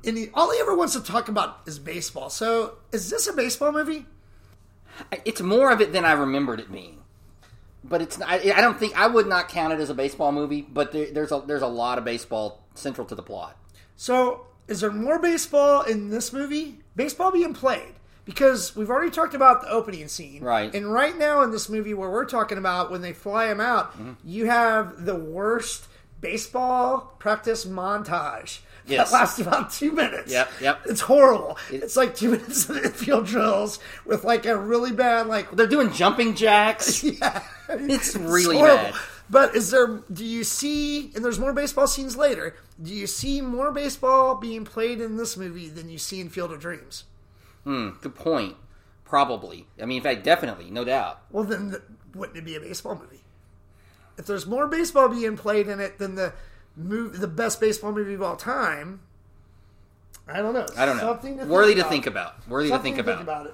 Speaker 2: and he, all he ever wants to talk about is baseball. So, is this a baseball movie?
Speaker 1: It's more of it than I remembered it being. But it's I, I don't think I would not count it as a baseball movie. But there, there's a there's a lot of baseball central to the plot.
Speaker 2: So, is there more baseball in this movie? Baseball being played because we've already talked about the opening scene,
Speaker 1: Right.
Speaker 2: And right now in this movie, where we're talking about when they fly him out,
Speaker 1: Mm-hmm.
Speaker 2: you have the worst baseball practice montage.
Speaker 1: Yes.
Speaker 2: That lasts about two minutes.
Speaker 1: Yep, yep.
Speaker 2: It's horrible. it's like two minutes of infield drills with like a really bad like
Speaker 1: They're doing jumping jacks. It's really
Speaker 2: horrible.
Speaker 1: bad.
Speaker 2: But is there? Do you see? And there's more baseball scenes later. Do you see more baseball being played in this movie than you see in Field of Dreams?
Speaker 1: Good point. Probably. I mean, in fact, definitely, no doubt.
Speaker 2: Well, then th- wouldn't it be a baseball movie? If there's more baseball being played in it than the move, the best baseball movie of all time, I don't know.
Speaker 1: I don't know.
Speaker 2: Something to
Speaker 1: Worthy
Speaker 2: think
Speaker 1: to
Speaker 2: about.
Speaker 1: think about. Worthy
Speaker 2: Something
Speaker 1: to think about.
Speaker 2: it.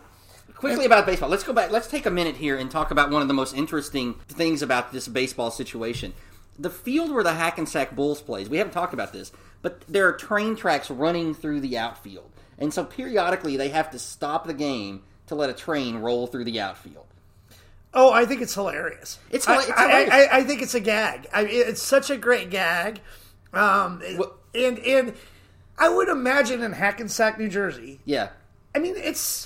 Speaker 1: Quickly about baseball. Let's go back. Let's take a minute here and talk about one of the most interesting things about this baseball situation. The field where the Hackensack Bulls plays. We haven't talked about this, but there are train tracks running through the outfield, and so periodically they have to stop the game to let a train roll through the outfield.
Speaker 2: Oh, I think it's hilarious.
Speaker 1: It's
Speaker 2: I-
Speaker 1: hila- it's
Speaker 2: I,
Speaker 1: hilarious.
Speaker 2: I, I, I think it's a gag. I, it's such a great gag. Um,
Speaker 1: Wha-
Speaker 2: and and I would imagine in Hackensack, New Jersey.
Speaker 1: Yeah,
Speaker 2: I mean, it's.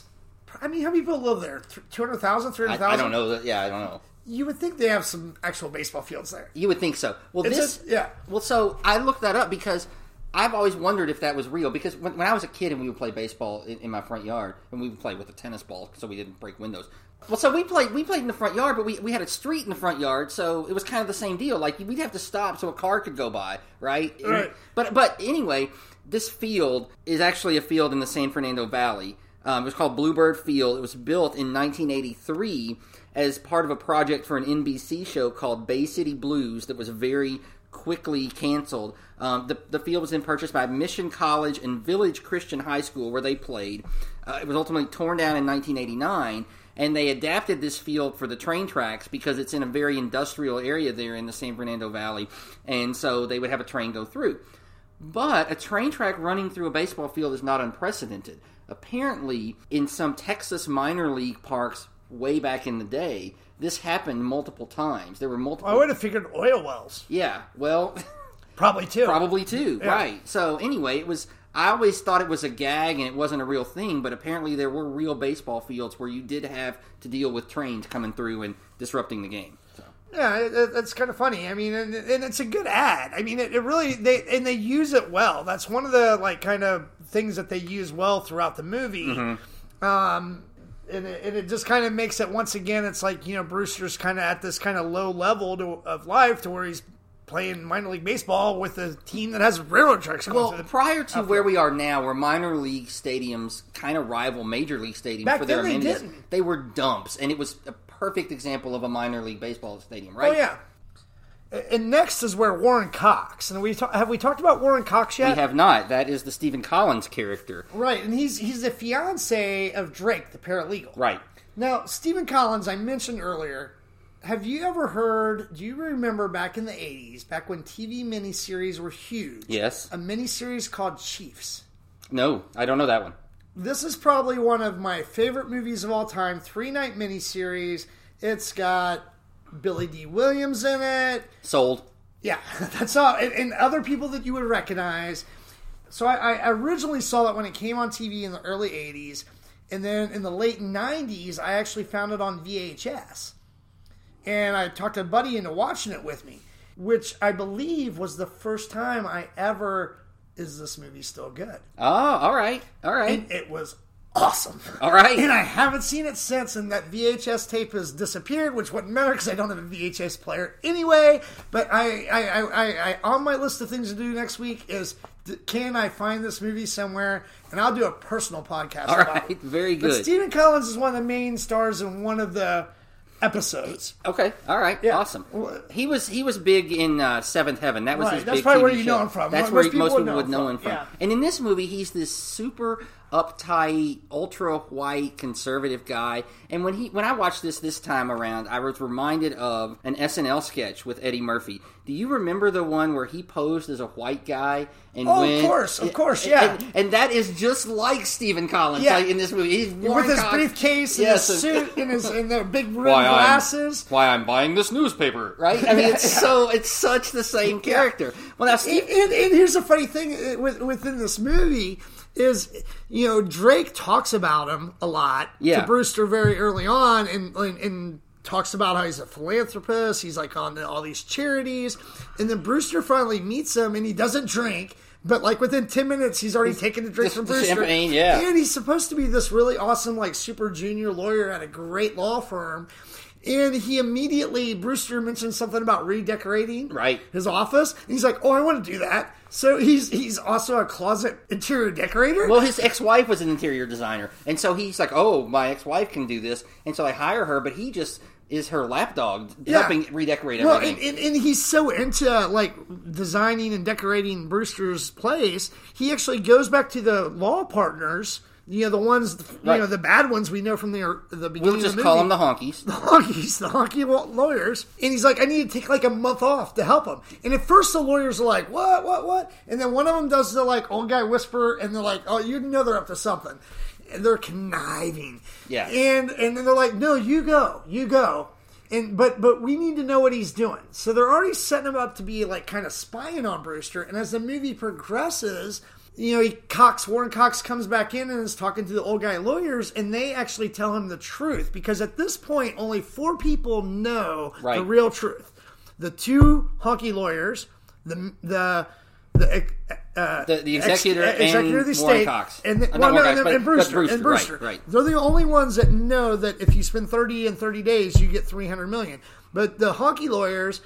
Speaker 2: I mean, how many people live there? Th- 200,000,
Speaker 1: I,
Speaker 2: 300,000?
Speaker 1: I don't know. that- Yeah, I don't know.
Speaker 2: You would think they have some actual baseball fields there.
Speaker 1: You would think so. Well,
Speaker 2: It's
Speaker 1: this
Speaker 2: a- yeah.
Speaker 1: Well, so I looked that up because I've always wondered if that was real. Because when, when I was a kid and we would play baseball in, in my front yard, and we would play with a tennis ball, so we didn't break windows. Well, so we played we played in the front yard, but we, we had a street in the front yard, so it was kind of the same deal. Like we'd have to stop so a car could go by, right? And-
Speaker 2: Right.
Speaker 1: But but anyway, this field is actually a field in the San Fernando Valley. Um, it was called Bluebird Field. It was built in 1983 as part of a project for an NBC show called Bay City Blues that was very quickly canceled. Um, the, the field was then purchased by Mission College and Village Christian High School, where they played. Uh, it was ultimately torn down in 1989, and they adapted this field for the train tracks because it's in a very industrial area there in the San Fernando Valley, and so they would have a train go through. But a train track running through a baseball field is not unprecedented. Apparently, in some Texas minor league parks way back in the day, this happened multiple times. There were multiple.
Speaker 2: I would have figured oil wells.
Speaker 1: yeah, well,
Speaker 2: Probably, too.
Speaker 1: probably too. Right. So anyway, it was. I always thought it was a gag and it wasn't a real thing, but apparently there were real baseball fields where you did have to deal with trains coming through and disrupting the game. So.
Speaker 2: Yeah, it- it- that's kind of funny. I mean, and, and it's a good ad. I mean, it, it really they and they use it well. That's one of the like kind of things that they use well throughout the movie. Um, and it, and it just kind of makes it once again. It's like you know Brewster's kind of at this kind of low level to, of life to where he's playing minor league baseball with a team that has railroad tracks. going
Speaker 1: Well,
Speaker 2: through the-
Speaker 1: prior to where we are now, where minor league stadiums kind of rival major league stadiums
Speaker 2: Back
Speaker 1: for their
Speaker 2: then they
Speaker 1: amenities,
Speaker 2: didn't.
Speaker 1: they were dumps, and it was a perfect example of a minor league baseball stadium,
Speaker 2: oh
Speaker 1: right?
Speaker 2: yeah. And next is where Warren Cox. And we ta- have we talked about Warren Cox yet?
Speaker 1: We have not. That is the Stephen Collins character,
Speaker 2: Right, and he's he's the fiance of Drake, the paralegal.
Speaker 1: right?
Speaker 2: Now, Stephen Collins, I mentioned earlier. Have you ever heard? Do you remember back in the '80s, back when TV miniseries were huge?
Speaker 1: Yes.
Speaker 2: a miniseries called Chiefs.
Speaker 1: No, I don't know that one.
Speaker 2: This is probably one of my favorite movies of all time. Three night miniseries. It's got Billy D. Williams in it.
Speaker 1: Sold.
Speaker 2: Yeah, that's all. And, and other people that you would recognize. So I, I originally saw that when it came on TV in the early 80s. And then in the late 90s, I actually found it on VHS. And I talked a buddy into watching it with me, which I believe was the first time I ever. Is this movie still good?
Speaker 1: Oh, all right, all right,
Speaker 2: And it was awesome.
Speaker 1: all right.
Speaker 2: And I haven't seen it since, and that VHS tape has disappeared, which wouldn't matter because I don't have a VHS player anyway. But I, I, I, I, I, on my list of things to do next week is d- can I find this movie somewhere? And I'll do a personal podcast
Speaker 1: all
Speaker 2: about
Speaker 1: right,
Speaker 2: it.
Speaker 1: very
Speaker 2: But
Speaker 1: good.
Speaker 2: Stephen Collins is one of the main stars in one of the episodes.
Speaker 1: Okay, all right,
Speaker 2: Yeah.
Speaker 1: awesome.
Speaker 2: Well,
Speaker 1: He was he was big in uh, Seventh Heaven. That was
Speaker 2: Right,
Speaker 1: his.
Speaker 2: that's
Speaker 1: big
Speaker 2: probably
Speaker 1: TV
Speaker 2: where you
Speaker 1: show.
Speaker 2: know him from.
Speaker 1: That's
Speaker 2: Most
Speaker 1: where he-
Speaker 2: people
Speaker 1: most
Speaker 2: would
Speaker 1: people
Speaker 2: know
Speaker 1: would
Speaker 2: him
Speaker 1: know
Speaker 2: from,
Speaker 1: him from.
Speaker 2: yeah.
Speaker 1: And in this movie, he's this super uptight, ultra white conservative guy. And when he when I watched this this time around, I was reminded of an SNL sketch with Eddie Murphy. Do you remember the one where he posed as a white guy and
Speaker 2: Oh, of
Speaker 1: went-
Speaker 2: course, of course,
Speaker 1: and-
Speaker 2: yeah.
Speaker 1: And, and that is just like Stephen Collins
Speaker 2: Yeah.
Speaker 1: like, in this movie. He's Warren
Speaker 2: With his
Speaker 1: Cox-
Speaker 2: briefcase and
Speaker 1: Yes,
Speaker 2: his
Speaker 1: and-
Speaker 2: suit and his and the big red
Speaker 1: Why I'm-
Speaker 2: glasses.
Speaker 1: why I'm buying this newspaper, right? I mean, it's so it's such the same character. Well, now
Speaker 2: and,
Speaker 1: Steve,
Speaker 2: and, and here's a funny thing uh, with, within this movie is you know Drake talks about him a lot
Speaker 1: Yeah.
Speaker 2: to Brewster very early on and, and and talks about how he's a philanthropist he's like on all these charities and then Brewster finally meets him and he doesn't drink but like within 10 minutes he's already taken the drink from
Speaker 1: the
Speaker 2: Brewster
Speaker 1: champagne, yeah.
Speaker 2: and he's supposed to be this really awesome like super junior lawyer at a great law firm and he immediately Brewster mentions something about redecorating
Speaker 1: Right.
Speaker 2: his office. And he's like, "Oh, I want to do that." So he's he's also a closet interior decorator.
Speaker 1: well, his ex-wife was an interior designer, and so he's like, "Oh, my ex-wife can do this," and so I hire her, but he just is her lapdog
Speaker 2: Yeah.
Speaker 1: helping redecorate
Speaker 2: Well,
Speaker 1: everything.
Speaker 2: and, and, and he's so into like designing and decorating Brewster's place, he actually goes back to the law partners. You know the ones,
Speaker 1: Right.
Speaker 2: you know the bad ones we know from the the beginning.
Speaker 1: we'll
Speaker 2: of
Speaker 1: just
Speaker 2: the
Speaker 1: call
Speaker 2: movie.
Speaker 1: them the honkies.
Speaker 2: the honkies, the honky law- lawyers, and he's like, I need to take like a month off to help him. And at first, the lawyers are like, What, what, what? And then one of them does the like old guy whisper, and they're like, Oh, you know they're up to something. And they're conniving.
Speaker 1: Yeah.
Speaker 2: And and then they're like, No, you go, you go. And but but we need to know what he's doing. So they're already setting him up to be like kind of spying on Brewster. And as the movie progresses, you know, he Cox Warren Cox comes back in and is talking to the old guy lawyers, and they actually tell him the truth because at this point only four people know
Speaker 1: Right.
Speaker 2: the real truth: the two honky lawyers, the the the. Uh,
Speaker 1: The, the executor
Speaker 2: ex-
Speaker 1: and
Speaker 2: of the
Speaker 1: Warren
Speaker 2: estate,
Speaker 1: Cox.
Speaker 2: and, the-
Speaker 1: Uh, not
Speaker 2: well, no,
Speaker 1: Warren Cox,
Speaker 2: and,
Speaker 1: but-
Speaker 2: and
Speaker 1: but
Speaker 2: Brewster, and
Speaker 1: Brewster,
Speaker 2: Brewster.
Speaker 1: right, right.
Speaker 2: They're the only ones that know that if you spend thirty in thirty days, you get three hundred million. But the honky lawyers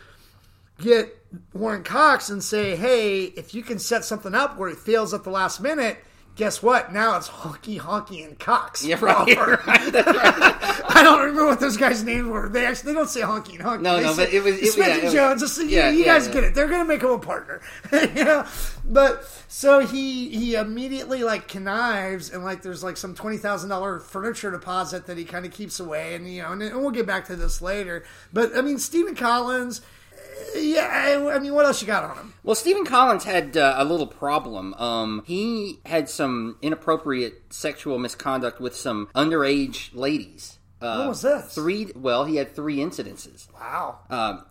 Speaker 2: get Warren Cox and say, "Hey, if you can set something up where it fails at the last minute." Guess what? Now it's honky honky and Cox.
Speaker 1: Yeah, right, right, that's right.
Speaker 2: I don't remember what those guys' names were. They actually they don't say honky and honky.
Speaker 1: No,
Speaker 2: They
Speaker 1: no,
Speaker 2: say
Speaker 1: but it was- it-
Speaker 2: Smith
Speaker 1: yeah,
Speaker 2: and
Speaker 1: it was-
Speaker 2: Jones. It's- you-
Speaker 1: yeah,
Speaker 2: you
Speaker 1: yeah,
Speaker 2: guys
Speaker 1: yeah.
Speaker 2: get it. They're gonna make him a partner, you know. But so he he immediately like connives and like there's like some twenty thousand dollar furniture deposit that he kind of keeps away, and you know, and, and we'll get back to this later. But I mean, Stephen Collins. uh, Yeah, I, I mean, what else you got on him?
Speaker 1: Well, Stephen Collins had uh, a little problem. Um, he had some inappropriate sexual misconduct with some underage ladies. Uh,
Speaker 2: What was this?
Speaker 1: Three. Well, he had three incidences.
Speaker 2: Wow. Oh,
Speaker 1: Um,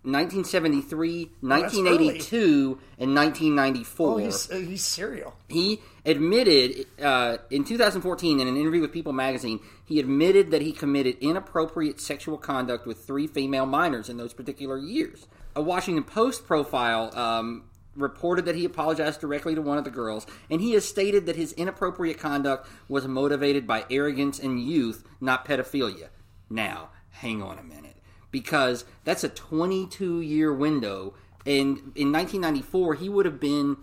Speaker 1: 1973,
Speaker 2: that's
Speaker 1: 1982, and 1994.
Speaker 2: Oh, he's uh, he's serial.
Speaker 1: He admitted uh, in 2014 in an interview with People magazine, he admitted that he committed inappropriate sexual conduct with three female minors in those particular years. A Washington Post profile um, reported that he apologized directly to one of the girls, and he has stated that his inappropriate conduct was motivated by arrogance and youth, not pedophilia. Now, hang on a minute, because that's a 22 year window, and in 1994, he would have been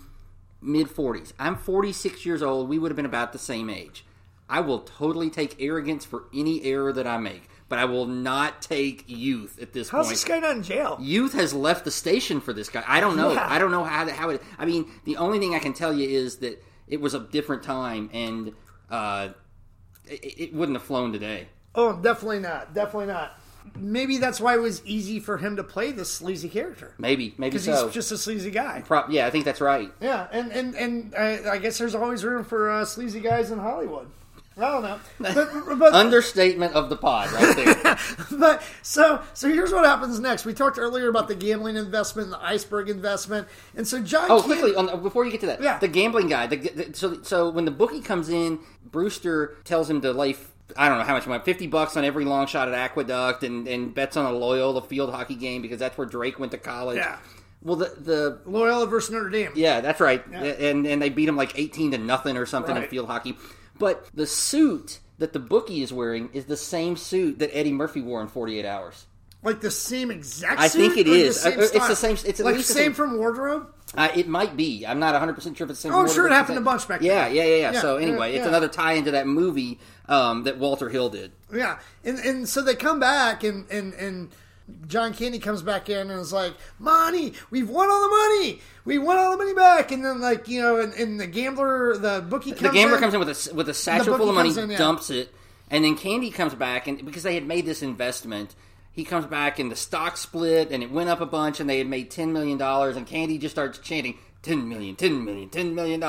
Speaker 1: mid 40s. I'm 46 years old. We would have been about the same age. I will totally take arrogance for any error that I make, but I will not take youth at this
Speaker 2: How's
Speaker 1: point.
Speaker 2: this guy not in jail?
Speaker 1: Youth has left the station for this guy. I don't know.
Speaker 2: Yeah.
Speaker 1: I don't know how how it. I mean, the only thing I can tell you is that it was a different time, and uh, it, it wouldn't have flown today.
Speaker 2: Oh, definitely not. Definitely not. Maybe that's why it was easy for him to play this sleazy character
Speaker 1: Maybe, maybe
Speaker 2: because
Speaker 1: so.
Speaker 2: he's just a sleazy guy.
Speaker 1: Pro- yeah, I think that's right.
Speaker 2: Yeah, and and and I, I guess there's always room for uh, sleazy guys in Hollywood. I don't know, but, but
Speaker 1: Understatement of the pod, right there.
Speaker 2: but so so here's what happens next. We talked earlier about the gambling investment, the iceberg investment, and so John.
Speaker 1: Oh,
Speaker 2: Candy-
Speaker 1: quickly on, before you get to that,
Speaker 2: Yeah.
Speaker 1: the gambling guy. The, the, so, so when the bookie comes in, Brewster tells him to lay. f- I don't know how much money, fifty bucks on every long shot at Aqueduct, and, and bets on a Loyola field hockey game because that's where Drake went to college.
Speaker 2: Yeah.
Speaker 1: Well, the the
Speaker 2: Loyola versus Notre Dame.
Speaker 1: yeah, that's right. And and they beat him like eighteen to nothing or something in
Speaker 2: Right.
Speaker 1: field hockey. But the suit that the bookie is wearing is the same suit that Eddie Murphy wore in Forty Eight Hours.
Speaker 2: Like the same exact.
Speaker 1: I think
Speaker 2: suit
Speaker 1: it
Speaker 2: or the
Speaker 1: is.
Speaker 2: same
Speaker 1: Uh, it's the
Speaker 2: style?
Speaker 1: same- it's at
Speaker 2: like
Speaker 1: least the
Speaker 2: same
Speaker 1: same-
Speaker 2: from wardrobe.
Speaker 1: Uh, it might be. I'm not 100% sure if it's the same
Speaker 2: Oh, I'm
Speaker 1: order,
Speaker 2: sure it
Speaker 1: but
Speaker 2: happened
Speaker 1: it's-
Speaker 2: a bunch back
Speaker 1: yeah,
Speaker 2: then.
Speaker 1: Yeah, yeah, yeah, So,
Speaker 2: Yeah,
Speaker 1: anyway,
Speaker 2: yeah,
Speaker 1: it's
Speaker 2: yeah.
Speaker 1: another tie into that movie um, that Walter Hill did.
Speaker 2: Yeah, and and so they come back, and and and John Candy comes back in and is like, "Money, we've won all the money, we won all the money back." And then like you know, and, and the gambler, the bookie, comes
Speaker 1: The gambler
Speaker 2: in,
Speaker 1: comes in with a, s- with a satchel
Speaker 2: bookie
Speaker 1: full of money,
Speaker 2: comes in, yeah.
Speaker 1: dumps it, and then Candy comes back, and because they had made this investment, he comes back, and the stock split, and it went up a bunch, and they had made $10 million, and Candy just starts chanting, $10 million, $10 million, $10 million.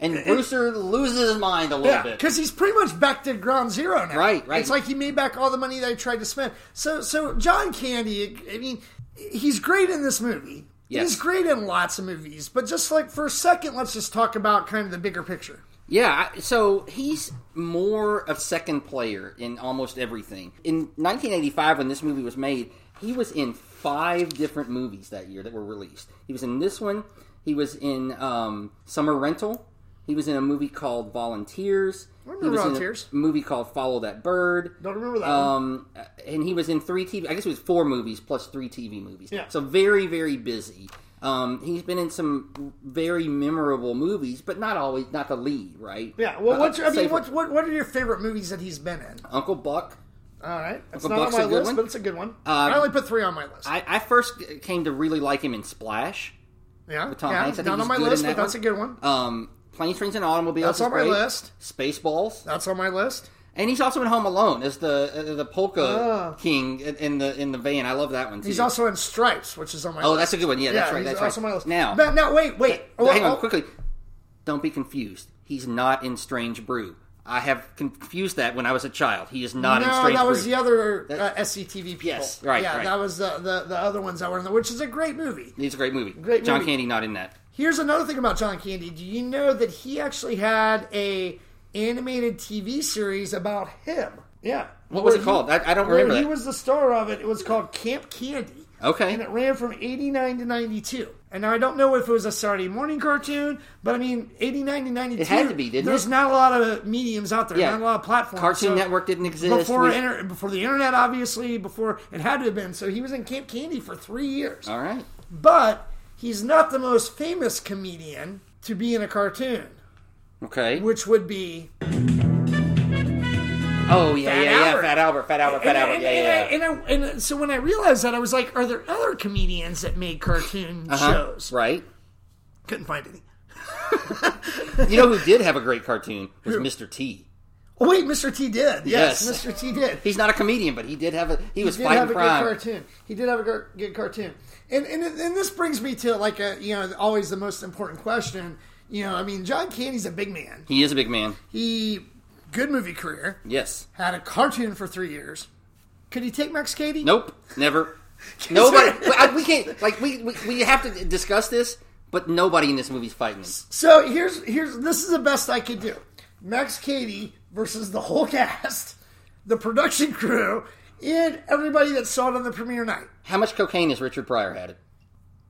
Speaker 1: And Brewster loses his mind a little
Speaker 2: Yeah,
Speaker 1: bit.
Speaker 2: because he's pretty much back to ground zero now.
Speaker 1: Right, right.
Speaker 2: It's like he made back all the money that he tried to spend. So, so John Candy, I mean, he's great in this movie.
Speaker 1: Yes.
Speaker 2: He's great in lots of movies, but just like for a second, let's just talk about kind of the bigger picture.
Speaker 1: Yeah, I- so he's more a second player in almost everything. In 1985, when this movie was made, he was in five different movies that year that were released. He was in this one, he was in um, Summer Rental, he was in a movie called Volunteers.
Speaker 2: I remember
Speaker 1: he was
Speaker 2: Volunteers.
Speaker 1: in a movie called Follow That Bird.
Speaker 2: Don't remember that
Speaker 1: Um, and he was in three TV. I guess it was four movies plus three TV movies.
Speaker 2: Yeah.
Speaker 1: So very, very busy. Um, he's been in some very memorable movies, but not always not the lead, right?
Speaker 2: Yeah. Well,
Speaker 1: Uh,
Speaker 2: what's I
Speaker 1: say
Speaker 2: mean,
Speaker 1: for-
Speaker 2: what, what what are your favorite movies that he's been in?
Speaker 1: Uncle Buck,
Speaker 2: All right. It's
Speaker 1: Uncle
Speaker 2: not
Speaker 1: Buck's
Speaker 2: on
Speaker 1: a
Speaker 2: my
Speaker 1: good
Speaker 2: list,
Speaker 1: one.
Speaker 2: but it's a good one. I only put three on my list.
Speaker 1: I, I first came to really like him in Splash.
Speaker 2: yeah.
Speaker 1: Tom
Speaker 2: yeah.
Speaker 1: Hanks, I think
Speaker 2: Not
Speaker 1: he's
Speaker 2: on my
Speaker 1: good in
Speaker 2: list,
Speaker 1: that
Speaker 2: but that's a
Speaker 1: one.
Speaker 2: good one.
Speaker 1: Um, Planes, Trains, and Automobiles.
Speaker 2: That's
Speaker 1: is
Speaker 2: on my
Speaker 1: great.
Speaker 2: list.
Speaker 1: Spaceballs.
Speaker 2: That's on my list.
Speaker 1: And he's also in Home Alone as the uh, the polka king in- in the in the van. I love that one too.
Speaker 2: Ah. He's also in Stripes, which is on my
Speaker 1: oh,
Speaker 2: list.
Speaker 1: that's a good one. Yeah, that's right.
Speaker 2: he's
Speaker 1: That's
Speaker 2: also
Speaker 1: right.
Speaker 2: on my list.
Speaker 1: Now,
Speaker 2: But now, wait, wait. Oh,
Speaker 1: hang
Speaker 2: oh,
Speaker 1: on quickly. Don't be confused. He's not in Strange Brew. I have confused that when I was a child. He is not in
Speaker 2: No,
Speaker 1: Strange
Speaker 2: that
Speaker 1: Brew.
Speaker 2: was the other uh, SCTV people.
Speaker 1: Yes, right,
Speaker 2: Yeah,
Speaker 1: right.
Speaker 2: that was the, the, the other ones that were in there, which is a great movie.
Speaker 1: It's a great movie.
Speaker 2: Great
Speaker 1: John
Speaker 2: movie.
Speaker 1: Candy not in that.
Speaker 2: Here's another thing about John Candy. Do you know that he actually had a animated TV series about him? Yeah.
Speaker 1: What was
Speaker 2: Where
Speaker 1: it
Speaker 2: he-
Speaker 1: called? I, I don't
Speaker 2: Where
Speaker 1: remember.
Speaker 2: he
Speaker 1: that.
Speaker 2: was the star of it. It was called Camp Candy.
Speaker 1: Okay.
Speaker 2: And it ran from 89 to 92. And now I don't know if it was a Saturday morning cartoon, but I mean, 89 to 92.
Speaker 1: It had to be, didn't
Speaker 2: There's
Speaker 1: it?
Speaker 2: not a lot of mediums out there,
Speaker 1: Yeah.
Speaker 2: not a lot of platforms.
Speaker 1: Cartoon
Speaker 2: so-
Speaker 1: Network didn't exist.
Speaker 2: Before,
Speaker 1: We-
Speaker 2: inter- before the internet, obviously, before it had to have been. So he was in Camp Candy for three years.
Speaker 1: All right.
Speaker 2: But he's not the most famous comedian to be in a cartoon,
Speaker 1: Okay.
Speaker 2: which would be
Speaker 1: Oh yeah, yeah,
Speaker 2: Fat
Speaker 1: yeah.
Speaker 2: Albert.
Speaker 1: Fat Albert. Fat Albert. Fat
Speaker 2: and,
Speaker 1: Albert.
Speaker 2: and-
Speaker 1: yeah, yeah. yeah.
Speaker 2: and I- and I- and so when I realized that, I was like, are there other comedians that made cartoon
Speaker 1: Huh?
Speaker 2: shows?
Speaker 1: Uh-huh. Right.
Speaker 2: Couldn't find any.
Speaker 1: You know who did have a great cartoon was Mr. T.
Speaker 2: Oh, wait, Mr. T did. Yes,
Speaker 1: Yes.
Speaker 2: Mr. T did.
Speaker 1: He's not a comedian, but he did have a. He was
Speaker 2: He did
Speaker 1: fighting
Speaker 2: have a
Speaker 1: crime.
Speaker 2: good cartoon. He did have a good, good cartoon. And, and and this brings me to like a you know always the most important question. You know, I mean, John Candy's a big man.
Speaker 1: He is a big man.
Speaker 2: He good movie career.
Speaker 1: Yes.
Speaker 2: Had a cartoon for three years. Could he take Max Cady?
Speaker 1: Nope. Never. Nobody. we, I- we can't. Like we, we we have to discuss this, but nobody in this movie's fighting him.
Speaker 2: So here's here's this is the best I could do. Max Cady versus the whole cast, the production crew, and everybody that saw it on the premiere night.
Speaker 1: How much cocaine has Richard Pryor had?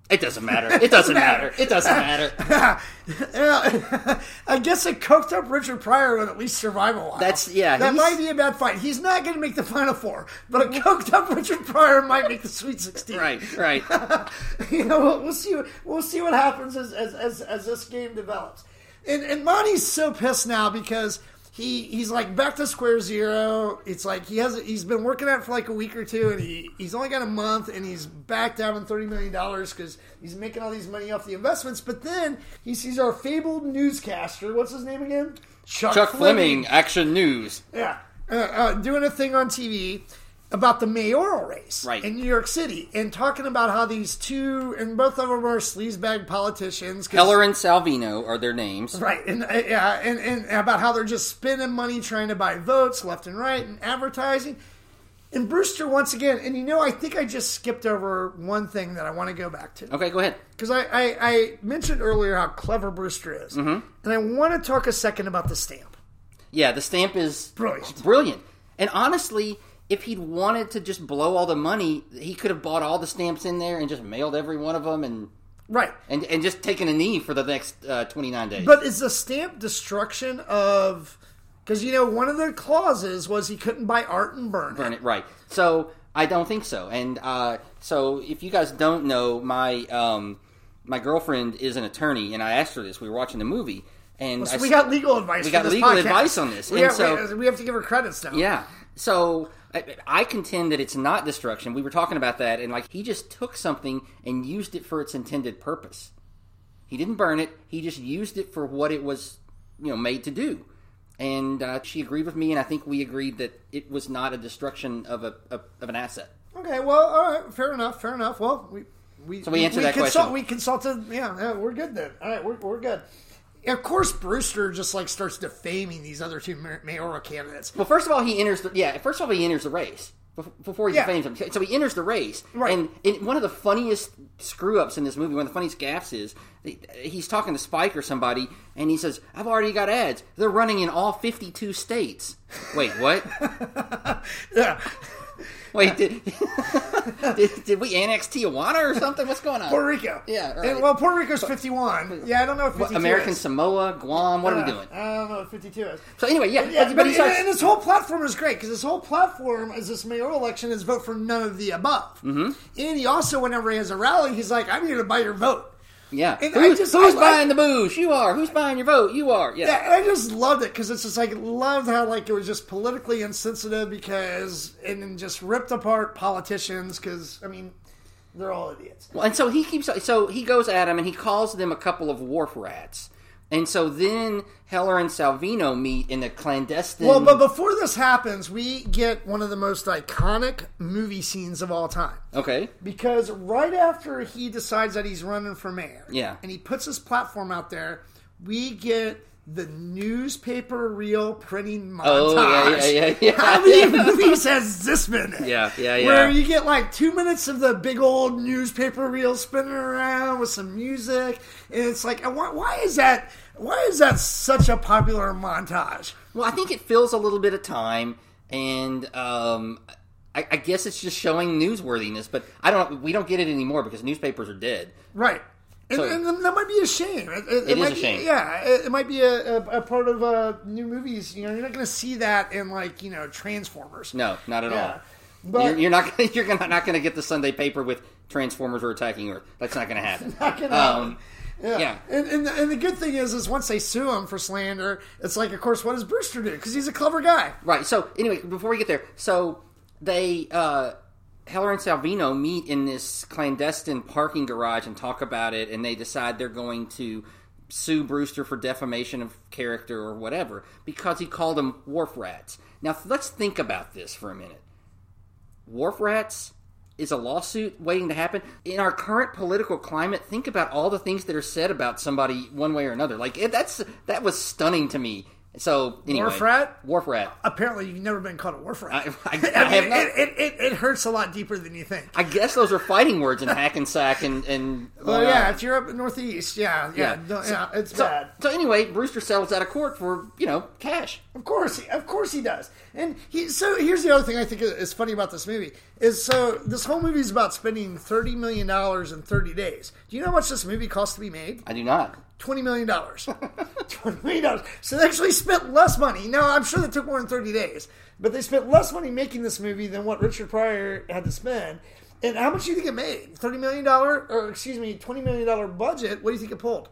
Speaker 1: It doesn't matter. It doesn't matter. It doesn't matter.
Speaker 2: Yeah, I guess a coked up Richard Pryor would at least survive a while.
Speaker 1: That's- yeah,
Speaker 2: That
Speaker 1: he's-
Speaker 2: might be a bad fight. He's not going to make the final four, but a coked up Richard Pryor might make the Sweet Sixteen.
Speaker 1: Right. Right.
Speaker 2: you know, we'll, we'll see. We'll see what happens as as, as, as this game develops. And and Monty's so pissed now because he he's like back to square zero. It's like he has he's been working at it for like a week or two, and he he's only got a month, and he's back down in thirty million dollars because he's making all these money off the investments. But then he sees our fabled newscaster. What's his name again?
Speaker 1: Chuck Fleming, Action News.
Speaker 2: yeah, uh, uh, doing a thing on TV about the mayoral race
Speaker 1: Right.
Speaker 2: in New York City and talking about how these two and both of them are sleazebag politicians. 'cause-
Speaker 1: Heller and Salvino are their names.
Speaker 2: Right, and uh, yeah, and, and about how they're just spending money trying to buy votes left and right and advertising. And Brewster once again, and you know, I think I just skipped over one thing that I want to go back to
Speaker 1: Okay, go ahead.
Speaker 2: because I, I, I mentioned earlier how clever Brewster is,
Speaker 1: Mm-hmm.
Speaker 2: and I want to talk a second about the stamp.
Speaker 1: Yeah, the stamp is
Speaker 2: Brilliant.
Speaker 1: Brilliant. And honestly, if he'd wanted to just blow all the money, he could have bought all the stamps in there and just mailed every one of them and
Speaker 2: Right,
Speaker 1: and, and just taken a knee for the next uh, 29 days.
Speaker 2: But is the stamp destruction of? Because you know, one of the clauses was he couldn't buy art and burn. it.
Speaker 1: Burn it, right. So I don't think so. And uh, so if you guys don't know, my um, my girlfriend is an attorney, and I asked her this. We were watching the movie, and I
Speaker 2: So we
Speaker 1: s-
Speaker 2: got legal advice.
Speaker 1: we
Speaker 2: for
Speaker 1: got
Speaker 2: this
Speaker 1: legal
Speaker 2: podcast.
Speaker 1: advice on this.
Speaker 2: We,
Speaker 1: and
Speaker 2: have,
Speaker 1: so
Speaker 2: we have to give her credits now.
Speaker 1: Yeah. So I, I contend that it's not destruction. We were talking about that, and like he just took something and used it for its intended purpose. He didn't burn it. He just used it for what it was, you know, made to do. And uh, she agreed with me, and I think we agreed that it was not a destruction of a of, of an asset.
Speaker 2: Okay. Well, all right. Fair enough. Fair enough. Well, we we so
Speaker 1: we answered that question.
Speaker 2: We consulted. Yeah, yeah. We're good then. All right. We're we're good. Of course, Brewster just like starts defaming these other two mayor- mayoral candidates.
Speaker 1: Well, first of all, he enters. The, yeah, first of all, he enters the race bef- before he
Speaker 2: Yeah.
Speaker 1: defames him. So he enters the race,
Speaker 2: Right.
Speaker 1: and, and one of the funniest screw ups in this movie, one of the funniest gaffes is he- he's talking to Spike or somebody, and he says, "I've already got ads. They're running in all fifty-two states." Wait, what?
Speaker 2: Yeah.
Speaker 1: Wait, did, did did we annex Tijuana or something? What's going on?
Speaker 2: Puerto Rico.
Speaker 1: Yeah, right.
Speaker 2: And, well, Puerto Rico's fifty-one. Yeah, I don't know if 52
Speaker 1: American
Speaker 2: is.
Speaker 1: Samoa, Guam. What are we
Speaker 2: Yeah,
Speaker 1: doing?
Speaker 2: I don't know what fifty-two is.
Speaker 1: So anyway, yeah,
Speaker 2: Uh, Yeah,
Speaker 1: but,
Speaker 2: but,
Speaker 1: but he
Speaker 2: and,
Speaker 1: starts-
Speaker 2: and this whole platform is great because this whole platform is this mayoral election is vote for none of the above. Mm-hmm. And he also, whenever he has a rally, he's like, "I'm here to buy your vote."
Speaker 1: Yeah.
Speaker 2: And I
Speaker 1: who's
Speaker 2: just-
Speaker 1: who's
Speaker 2: I like-
Speaker 1: buying the booze? You are. Who's buying your vote? You are. Yeah.
Speaker 2: Yeah, and I just loved it because it's just like loved how like it was just politically insensitive because and then just ripped apart politicians because I mean they're all idiots.
Speaker 1: Well, and so he keeps. So he goes at him and he calls them a couple of wharf rats. And so then Heller and Salvino meet in a clandestine.
Speaker 2: Well, but before this happens, we get one of the most iconic movie scenes of all time.
Speaker 1: okay.
Speaker 2: Because right after he decides that he's running for mayor,
Speaker 1: Yeah.
Speaker 2: and he puts his platform out there, we get the newspaper reel printing montage.
Speaker 1: Oh, yeah, yeah, yeah, yeah.
Speaker 2: How many movies has this been? in?
Speaker 1: Yeah, yeah, yeah.
Speaker 2: Where you get like two minutes of the big old newspaper reel spinning around with some music, and it's like, why, why is that? Why is that such a popular montage?
Speaker 1: Well, I think it fills a little bit of time, and um, I, I guess it's just showing newsworthiness. But I don't. We don't get it anymore because newspapers are dead.
Speaker 2: Right. And,
Speaker 1: So-
Speaker 2: and that might be a shame. It, it- it
Speaker 1: It is
Speaker 2: might
Speaker 1: a
Speaker 2: be-
Speaker 1: shame.
Speaker 2: Yeah, it, it might be a, a, a part of uh, new movies. You know, you're not going to see that in like you know Transformers.
Speaker 1: No, not at
Speaker 2: Yeah.
Speaker 1: all.
Speaker 2: But
Speaker 1: you're, you're not. Gonna, you're gonna, not going to get the Sunday paper with Transformers are attacking Earth. That's not going to happen.
Speaker 2: not gonna
Speaker 1: um,
Speaker 2: yeah.
Speaker 1: yeah.
Speaker 2: And, and the- and the good thing is is once they sue him for slander, it's like of course what does Brewster do? Because he's a clever guy.
Speaker 1: Right. So anyway, before we get there, so they uh, Heller and Salvino meet in this clandestine parking garage and talk about it, and they decide they're going to sue Brewster for defamation of character or whatever because he called them wharf rats. Now let's think about this for a minute. Wharf rats is a lawsuit waiting to happen in our current political climate. Think about all the things that are said about somebody one way or another. Like it, that's that was stunning to me. So anyway,
Speaker 2: Wharf rat?
Speaker 1: wharf rat.
Speaker 2: Apparently, you've never been called a war friend.
Speaker 1: I- I-
Speaker 2: mean,
Speaker 1: I have not.
Speaker 2: it, it, it, it hurts a lot deeper than you think.
Speaker 1: I guess those are fighting words in Hackensack and and. uh,
Speaker 2: Well, yeah, if you're up northeast, yeah, yeah,
Speaker 1: Yeah.
Speaker 2: yeah. No, yeah it's
Speaker 1: So,
Speaker 2: bad.
Speaker 1: so anyway, Brewster sells out of court for you know cash.
Speaker 2: Of course, he, of course he does. And he, so here's the other thing I think is funny about this movie is so this whole movie is about spending thirty million dollars in thirty days. Do you know how much this movie cost to be made?
Speaker 1: I do not.
Speaker 2: Twenty million dollars. Twenty million dollars. So they actually spent less money. Now I'm sure they took more than thirty days, but they spent less money making this movie than what Richard Pryor had to spend. And how much do you think it made? Thirty million dollar, or excuse me, twenty million dollar budget. What do you think it pulled?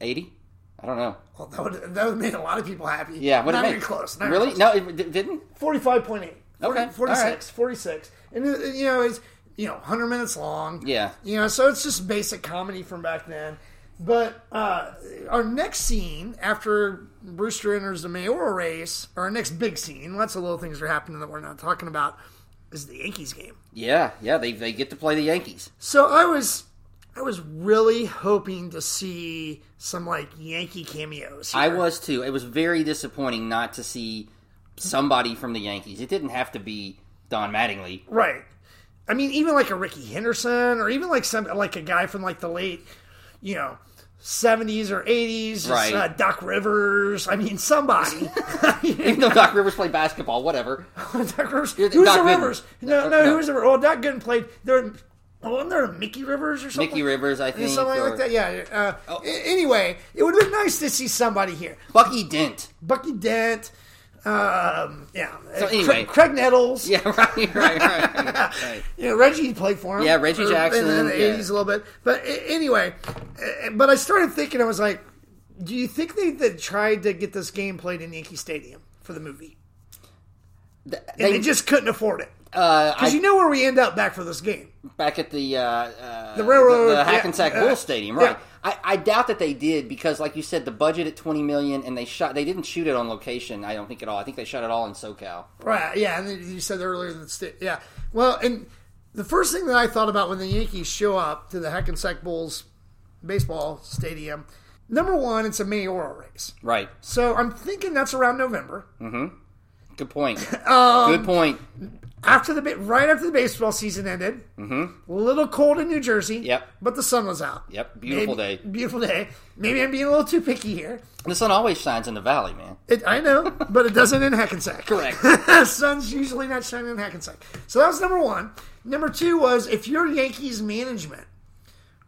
Speaker 1: Eighty. I don't know.
Speaker 2: Well, that would that would have made a lot of people happy.
Speaker 1: Yeah, what
Speaker 2: not
Speaker 1: it
Speaker 2: even
Speaker 1: make?
Speaker 2: close. Not even
Speaker 1: really?
Speaker 2: close.
Speaker 1: No, it d- didn't.
Speaker 2: 45.8. 40,
Speaker 1: Okay,
Speaker 2: 46,
Speaker 1: all right.
Speaker 2: 46. And, uh, you know, it's, you know, 100 minutes long.
Speaker 1: Yeah.
Speaker 2: You know, so it's just basic comedy from back then. But uh, our next scene after Brewster enters the mayoral race, or our next big scene, lots of little things are happening that we're not talking about, is the Yankees game.
Speaker 1: Yeah, yeah. They they get to play the Yankees.
Speaker 2: So I was. I was really hoping to see some like Yankee cameos.
Speaker 1: I
Speaker 2: here.
Speaker 1: was too. It was very disappointing not to see somebody from the Yankees. It didn't have to be Don Mattingly.
Speaker 2: Right. I mean, even like a Ricky Henderson, or even like some like a guy from like the late, you know, seventies or eighties,
Speaker 1: Right.
Speaker 2: uh, Doc Rivers. I mean, somebody.
Speaker 1: Even though Doc Rivers played basketball, whatever.
Speaker 2: Doc Rivers.
Speaker 1: Yeah,
Speaker 2: Who's
Speaker 1: Doc
Speaker 2: the
Speaker 1: Gooden.
Speaker 2: Rivers? No, no, who's the well? Doc Gooden played. There, oh, wasn't there a Mickey Rivers or something?
Speaker 1: Mickey Rivers, I think.
Speaker 2: Something
Speaker 1: or- Oh.
Speaker 2: like that, yeah. Uh, a- Anyway, it would have been nice to see somebody here.
Speaker 1: Bucky Dent.
Speaker 2: Bucky Dent, um, yeah. So
Speaker 1: anyway.
Speaker 2: Craig, Craig Nettles.
Speaker 1: Yeah, right, right, right. right.
Speaker 2: Yeah, Reggie played for him.
Speaker 1: Yeah, Reggie
Speaker 2: Or-
Speaker 1: Jackson,
Speaker 2: in the
Speaker 1: yeah.
Speaker 2: eighties a little bit. But a- anyway, uh, but I started thinking. I was like, do you think they, that tried to get this game played in Yankee Stadium for the movie,
Speaker 1: Th-
Speaker 2: and
Speaker 1: They,
Speaker 2: they just couldn't afford it?
Speaker 1: uh, I
Speaker 2: Because you know where we end up back for this game.
Speaker 1: back at the uh, uh,
Speaker 2: The railroad,
Speaker 1: the, the
Speaker 2: yeah,
Speaker 1: Hackensack
Speaker 2: uh,
Speaker 1: Bull Stadium, right?
Speaker 2: yeah.
Speaker 1: I, I doubt that they did because, like you said, the budget at twenty million, and they shot. They didn't shoot it on location. I don't think at all. I think they shot it all in SoCal.
Speaker 2: Right. Yeah, and then you said earlier that sta- yeah. Well, and the first thing that I thought about when the Yankees show up to the Hackensack Bulls baseball stadium, number one, it's a mayoral race.
Speaker 1: Right.
Speaker 2: So I'm thinking that's around November.
Speaker 1: Good point.
Speaker 2: Um,
Speaker 1: Good point.
Speaker 2: after the ba- right after the baseball season ended. Mm-hmm. A little cold in New Jersey.
Speaker 1: Yep.
Speaker 2: But the sun was out.
Speaker 1: Yep. Beautiful
Speaker 2: Maybe-
Speaker 1: day.
Speaker 2: Beautiful day. Maybe I'm being a little too picky here.
Speaker 1: The sun always shines in the valley, man.
Speaker 2: It, I know, but it doesn't in Hackensack.
Speaker 1: Correct.
Speaker 2: Sun's usually not shining in Hackensack. So that was number one. Number two was if you're Yankees management,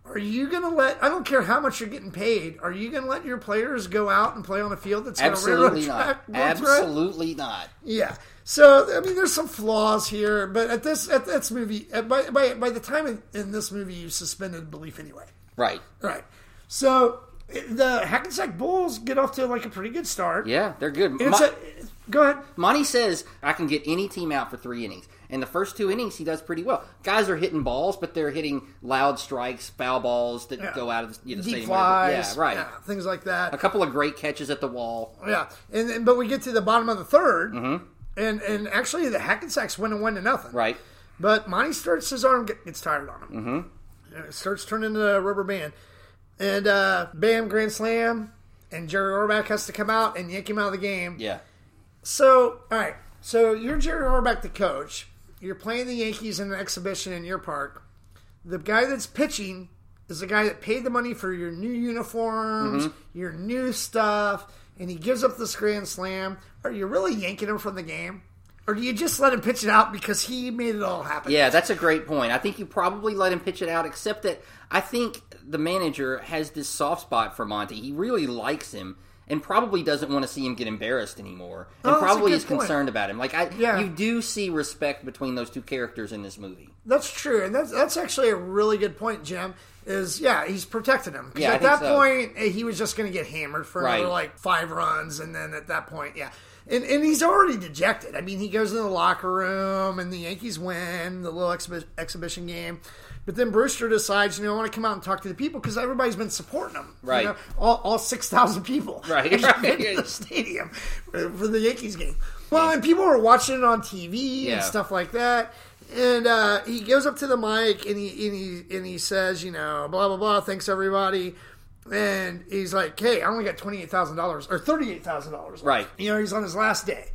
Speaker 2: are you going to let? I don't care how much you're getting paid. Are you going to let your players go out and play on a field that's got
Speaker 1: Absolutely
Speaker 2: a railroad
Speaker 1: not.
Speaker 2: track? railroad track?
Speaker 1: Absolutely not.
Speaker 2: Yeah. So I mean, there's some flaws here, but at this at this movie, at, by by by the time in, in this movie, you suspended belief anyway.
Speaker 1: Right.
Speaker 2: Right. So the Hackensack Bulls get off to like a pretty good start.
Speaker 1: Yeah, they're good.
Speaker 2: And it's
Speaker 1: Mo-
Speaker 2: a, go ahead.
Speaker 1: Monty says I can get any team out for three innings, and the first two innings he does pretty well. Guys are hitting balls, but they're hitting loud strikes, foul balls that
Speaker 2: Yeah.
Speaker 1: go out of the, you know,
Speaker 2: Deep
Speaker 1: stadium.
Speaker 2: flies.
Speaker 1: Yeah, right.
Speaker 2: things like that.
Speaker 1: A couple of great catches at the wall.
Speaker 2: Yeah. And then, but we get to the bottom of the 3rd and and actually the Hackensacks win and one to nothing.
Speaker 1: Mm-hmm. Right.
Speaker 2: But Monty starts his arm get- gets tired on him. Mm-hmm. And it starts turning into a rubber band, and uh, bam, grand slam, and Jerry Orbach has to come out and yank him out of the game.
Speaker 1: Yeah.
Speaker 2: So, all right. So you're Jerry Orbach, the coach. You're playing the Yankees in an exhibition in your park. The guy that's pitching is the guy that paid the money for your new uniforms, your new stuff, and he gives up this grand slam. Are you really yanking him from the game? Or do you just let him pitch it out because he made it all happen?
Speaker 1: Yeah, that's a great point. I think you probably let him pitch it out, except that I think the manager has this soft spot for Monty. He really likes him and probably doesn't want to see him get embarrassed anymore. And
Speaker 2: Oh, that's a
Speaker 1: probably
Speaker 2: good
Speaker 1: is
Speaker 2: point.
Speaker 1: concerned about him. Like I
Speaker 2: Yeah.
Speaker 1: you do see respect between those two characters in this movie.
Speaker 2: That's true, and that's that's actually a really good point, Jim. Is yeah, he's protecting him 'Cause
Speaker 1: Yeah, I
Speaker 2: at
Speaker 1: think
Speaker 2: that
Speaker 1: so.
Speaker 2: point eh, he was just going to get hammered for
Speaker 1: Right.
Speaker 2: another like five runs, and then at that point, yeah, and and he's already dejected. I mean, he goes in the locker room, and the Yankees win the little exhibi- exhibition game, but then Brewster decides, you know, I want to come out and talk to the people because everybody's been supporting him, you
Speaker 1: Right.
Speaker 2: know, all, all six thousand people,
Speaker 1: Right,
Speaker 2: They've
Speaker 1: right.
Speaker 2: been to the stadium for for the Yankees game. Well, and people were watching it on TV
Speaker 1: Yeah.
Speaker 2: and stuff like that. And uh, he goes up to the mic and he and he and he says, you know, blah blah blah. Thanks everybody. And he's like, hey, I only got twenty eight thousand dollars or thirty eight thousand dollars.
Speaker 1: Right.
Speaker 2: You know, he's on his last day.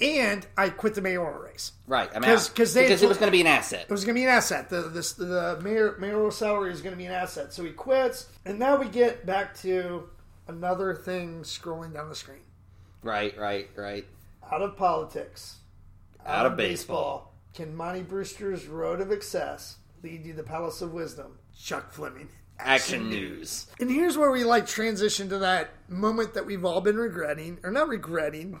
Speaker 2: And I quit the mayoral race.
Speaker 1: Right. I mean,
Speaker 2: 'Cause- 'cause they-
Speaker 1: because it was going to be an asset.
Speaker 2: It was going to be an asset. The this the mayor, mayoral salary is going to be an asset. So he quits. And now we get back to another thing scrolling down the screen.
Speaker 1: Right, right, right.
Speaker 2: Out of politics.
Speaker 1: Out of baseball.
Speaker 2: Can Monty Brewster's road of excess lead you to the palace of wisdom? Chuck Fleming.
Speaker 1: Action news.
Speaker 2: And here's where we like transition to that moment that we've all been regretting, or not regretting,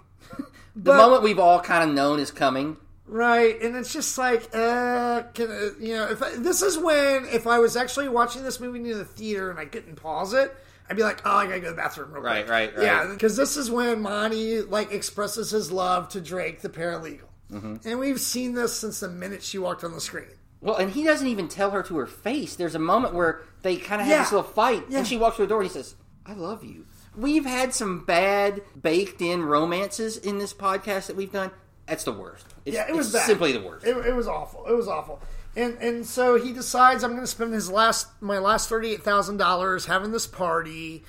Speaker 1: The moment we've all kind of known is coming.
Speaker 2: right? And it's just like, uh, can uh, you know? If I, this is when, if I was actually watching this movie in the theater and I couldn't pause it, I'd be like, oh, I gotta go to the bathroom real
Speaker 1: Right,
Speaker 2: quick.
Speaker 1: right, right.
Speaker 2: Yeah, because this is when Monty like expresses his love to Drake, the paralegal,
Speaker 1: Mm-hmm.
Speaker 2: and we've seen this since the minute she walked on the screen.
Speaker 1: Well, and he doesn't even tell her to her face. There's a moment where they kind of have
Speaker 2: Yeah.
Speaker 1: this little fight,
Speaker 2: Yeah.
Speaker 1: and she walks through the door and he says, I love you. We've had some bad baked in romances in this podcast that we've done. That's the worst. It's,
Speaker 2: Yeah, it was
Speaker 1: it's
Speaker 2: bad.
Speaker 1: simply the worst.
Speaker 2: It, it was awful. It was awful. And and so he decides I'm going to spend his last my last thirty eight thousand dollars having this party.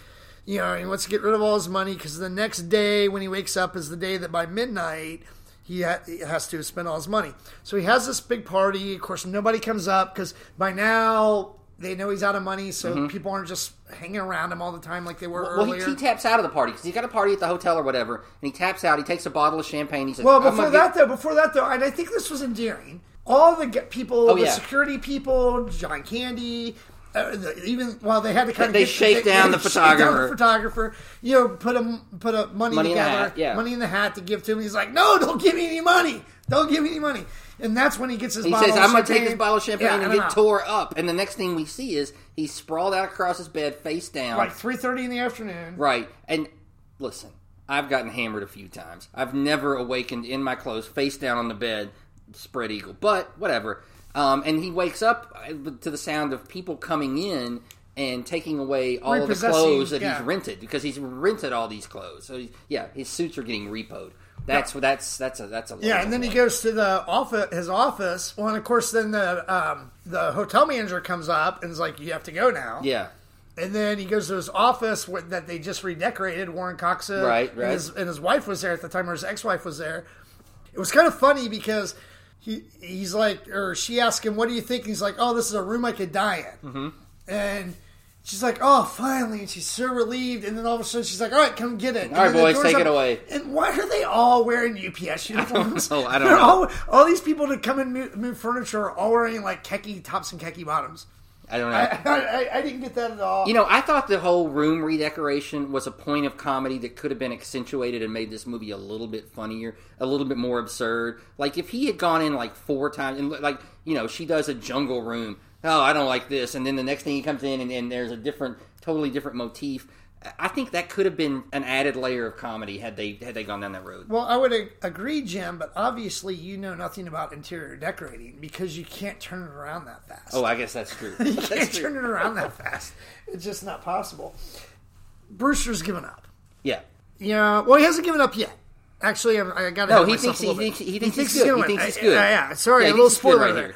Speaker 2: You know, he wants to get rid of all his money because the next day when he wakes up is the day that by midnight he, ha- he has to spend all his money. So he has this big party. Of course, nobody comes up because by now they know he's out of money, so people aren't just hanging around him all the time like they were
Speaker 1: Mm-hmm. well, he,
Speaker 2: earlier.
Speaker 1: he taps out of the party because he's got a party at the hotel or whatever, and he taps out. He takes a bottle of champagne. He says,
Speaker 2: Well,
Speaker 1: "I'm gonna
Speaker 2: before
Speaker 1: get-
Speaker 2: that, though, before that, though, and I think this was endearing. All the g- people, the
Speaker 1: Oh, yeah.
Speaker 2: security people, John Candy, uh, the, even well, they had to kind of
Speaker 1: They shake down the photographer.
Speaker 2: photographer, you know, put a put a money,
Speaker 1: Money in the
Speaker 2: together,
Speaker 1: hat, yeah.
Speaker 2: money in the hat to give to him. He's like, no, don't give me any money, don't give me any money. And that's when he gets his.
Speaker 1: He
Speaker 2: bottle
Speaker 1: says,
Speaker 2: of
Speaker 1: "I'm going to
Speaker 2: champagne."
Speaker 1: take this bottle of champagne
Speaker 2: Yeah,
Speaker 1: and
Speaker 2: I'm
Speaker 1: get
Speaker 2: out.
Speaker 1: tore up." And the next thing we see is he's sprawled out across his bed, face down.
Speaker 2: like three thirty in the afternoon.
Speaker 1: Right. And listen, I've gotten hammered a few times. I've never awakened in my clothes, face down on the bed, spread eagle. But whatever. Um, and he wakes up uh, to the sound of people coming in and taking away all of the
Speaker 2: Repossessing,
Speaker 1: clothes that
Speaker 2: yeah.
Speaker 1: he's rented because he's rented all these clothes. So he- yeah, his suits are getting repoed. That's that's that's a that's a
Speaker 2: Yeah, and then he goes to the office, his office. Well, and of course, then the um, the hotel manager comes up and is like, "You have to go now."
Speaker 1: yeah.
Speaker 2: And then he goes to his office with, that they just redecorated. Warren Cox, uh,
Speaker 1: Right,
Speaker 2: and
Speaker 1: right.
Speaker 2: his, and his wife was there at the time, or his ex-wife was there. It was kind of funny because he he's like, or she asked him, "What do you think?" And he's like, "Oh, this is a room I could die in." Mm-hmm. And she's like, "Oh, finally!" And she's so relieved. And then all of a sudden, she's like, "All right, come get it."
Speaker 1: All right,
Speaker 2: And then the
Speaker 1: boys,
Speaker 2: door's
Speaker 1: take it
Speaker 2: up.
Speaker 1: away.
Speaker 2: And why are they all wearing UPS uniforms?
Speaker 1: know, I don't
Speaker 2: They're
Speaker 1: know.
Speaker 2: All, all these people to come and move, move furniture are all wearing like khaki tops and khaki bottoms.
Speaker 1: I don't know.
Speaker 2: I, I, I didn't get that at all.
Speaker 1: You know, I thought the whole room redecoration was a point of comedy that could have been accentuated and made this movie a little bit funnier, a little bit more absurd. Like if he had gone in like four times and like you know she does a jungle room, oh, I don't like this, and then the next thing he comes in and, and there's a different, totally different motif. I think that could have been an added layer of comedy had they had they gone down that road.
Speaker 2: Well, I would a- agree, Jim, but obviously you know nothing about interior decorating because you can't turn it around that fast.
Speaker 1: Oh, I guess that's true.
Speaker 2: you can't
Speaker 1: that's true.
Speaker 2: turn it around that fast. It's just not possible. Brewster's given up.
Speaker 1: Yeah.
Speaker 2: Yeah, well, he hasn't given up yet. Actually, I, I got to.
Speaker 1: No, he thinks he thinks, he thinks he's good. He thinks he's good.
Speaker 2: Yeah, yeah. Sorry,
Speaker 1: Yeah,
Speaker 2: a
Speaker 1: he
Speaker 2: little
Speaker 1: thinks he's good
Speaker 2: spoiler
Speaker 1: right
Speaker 2: there.
Speaker 1: here.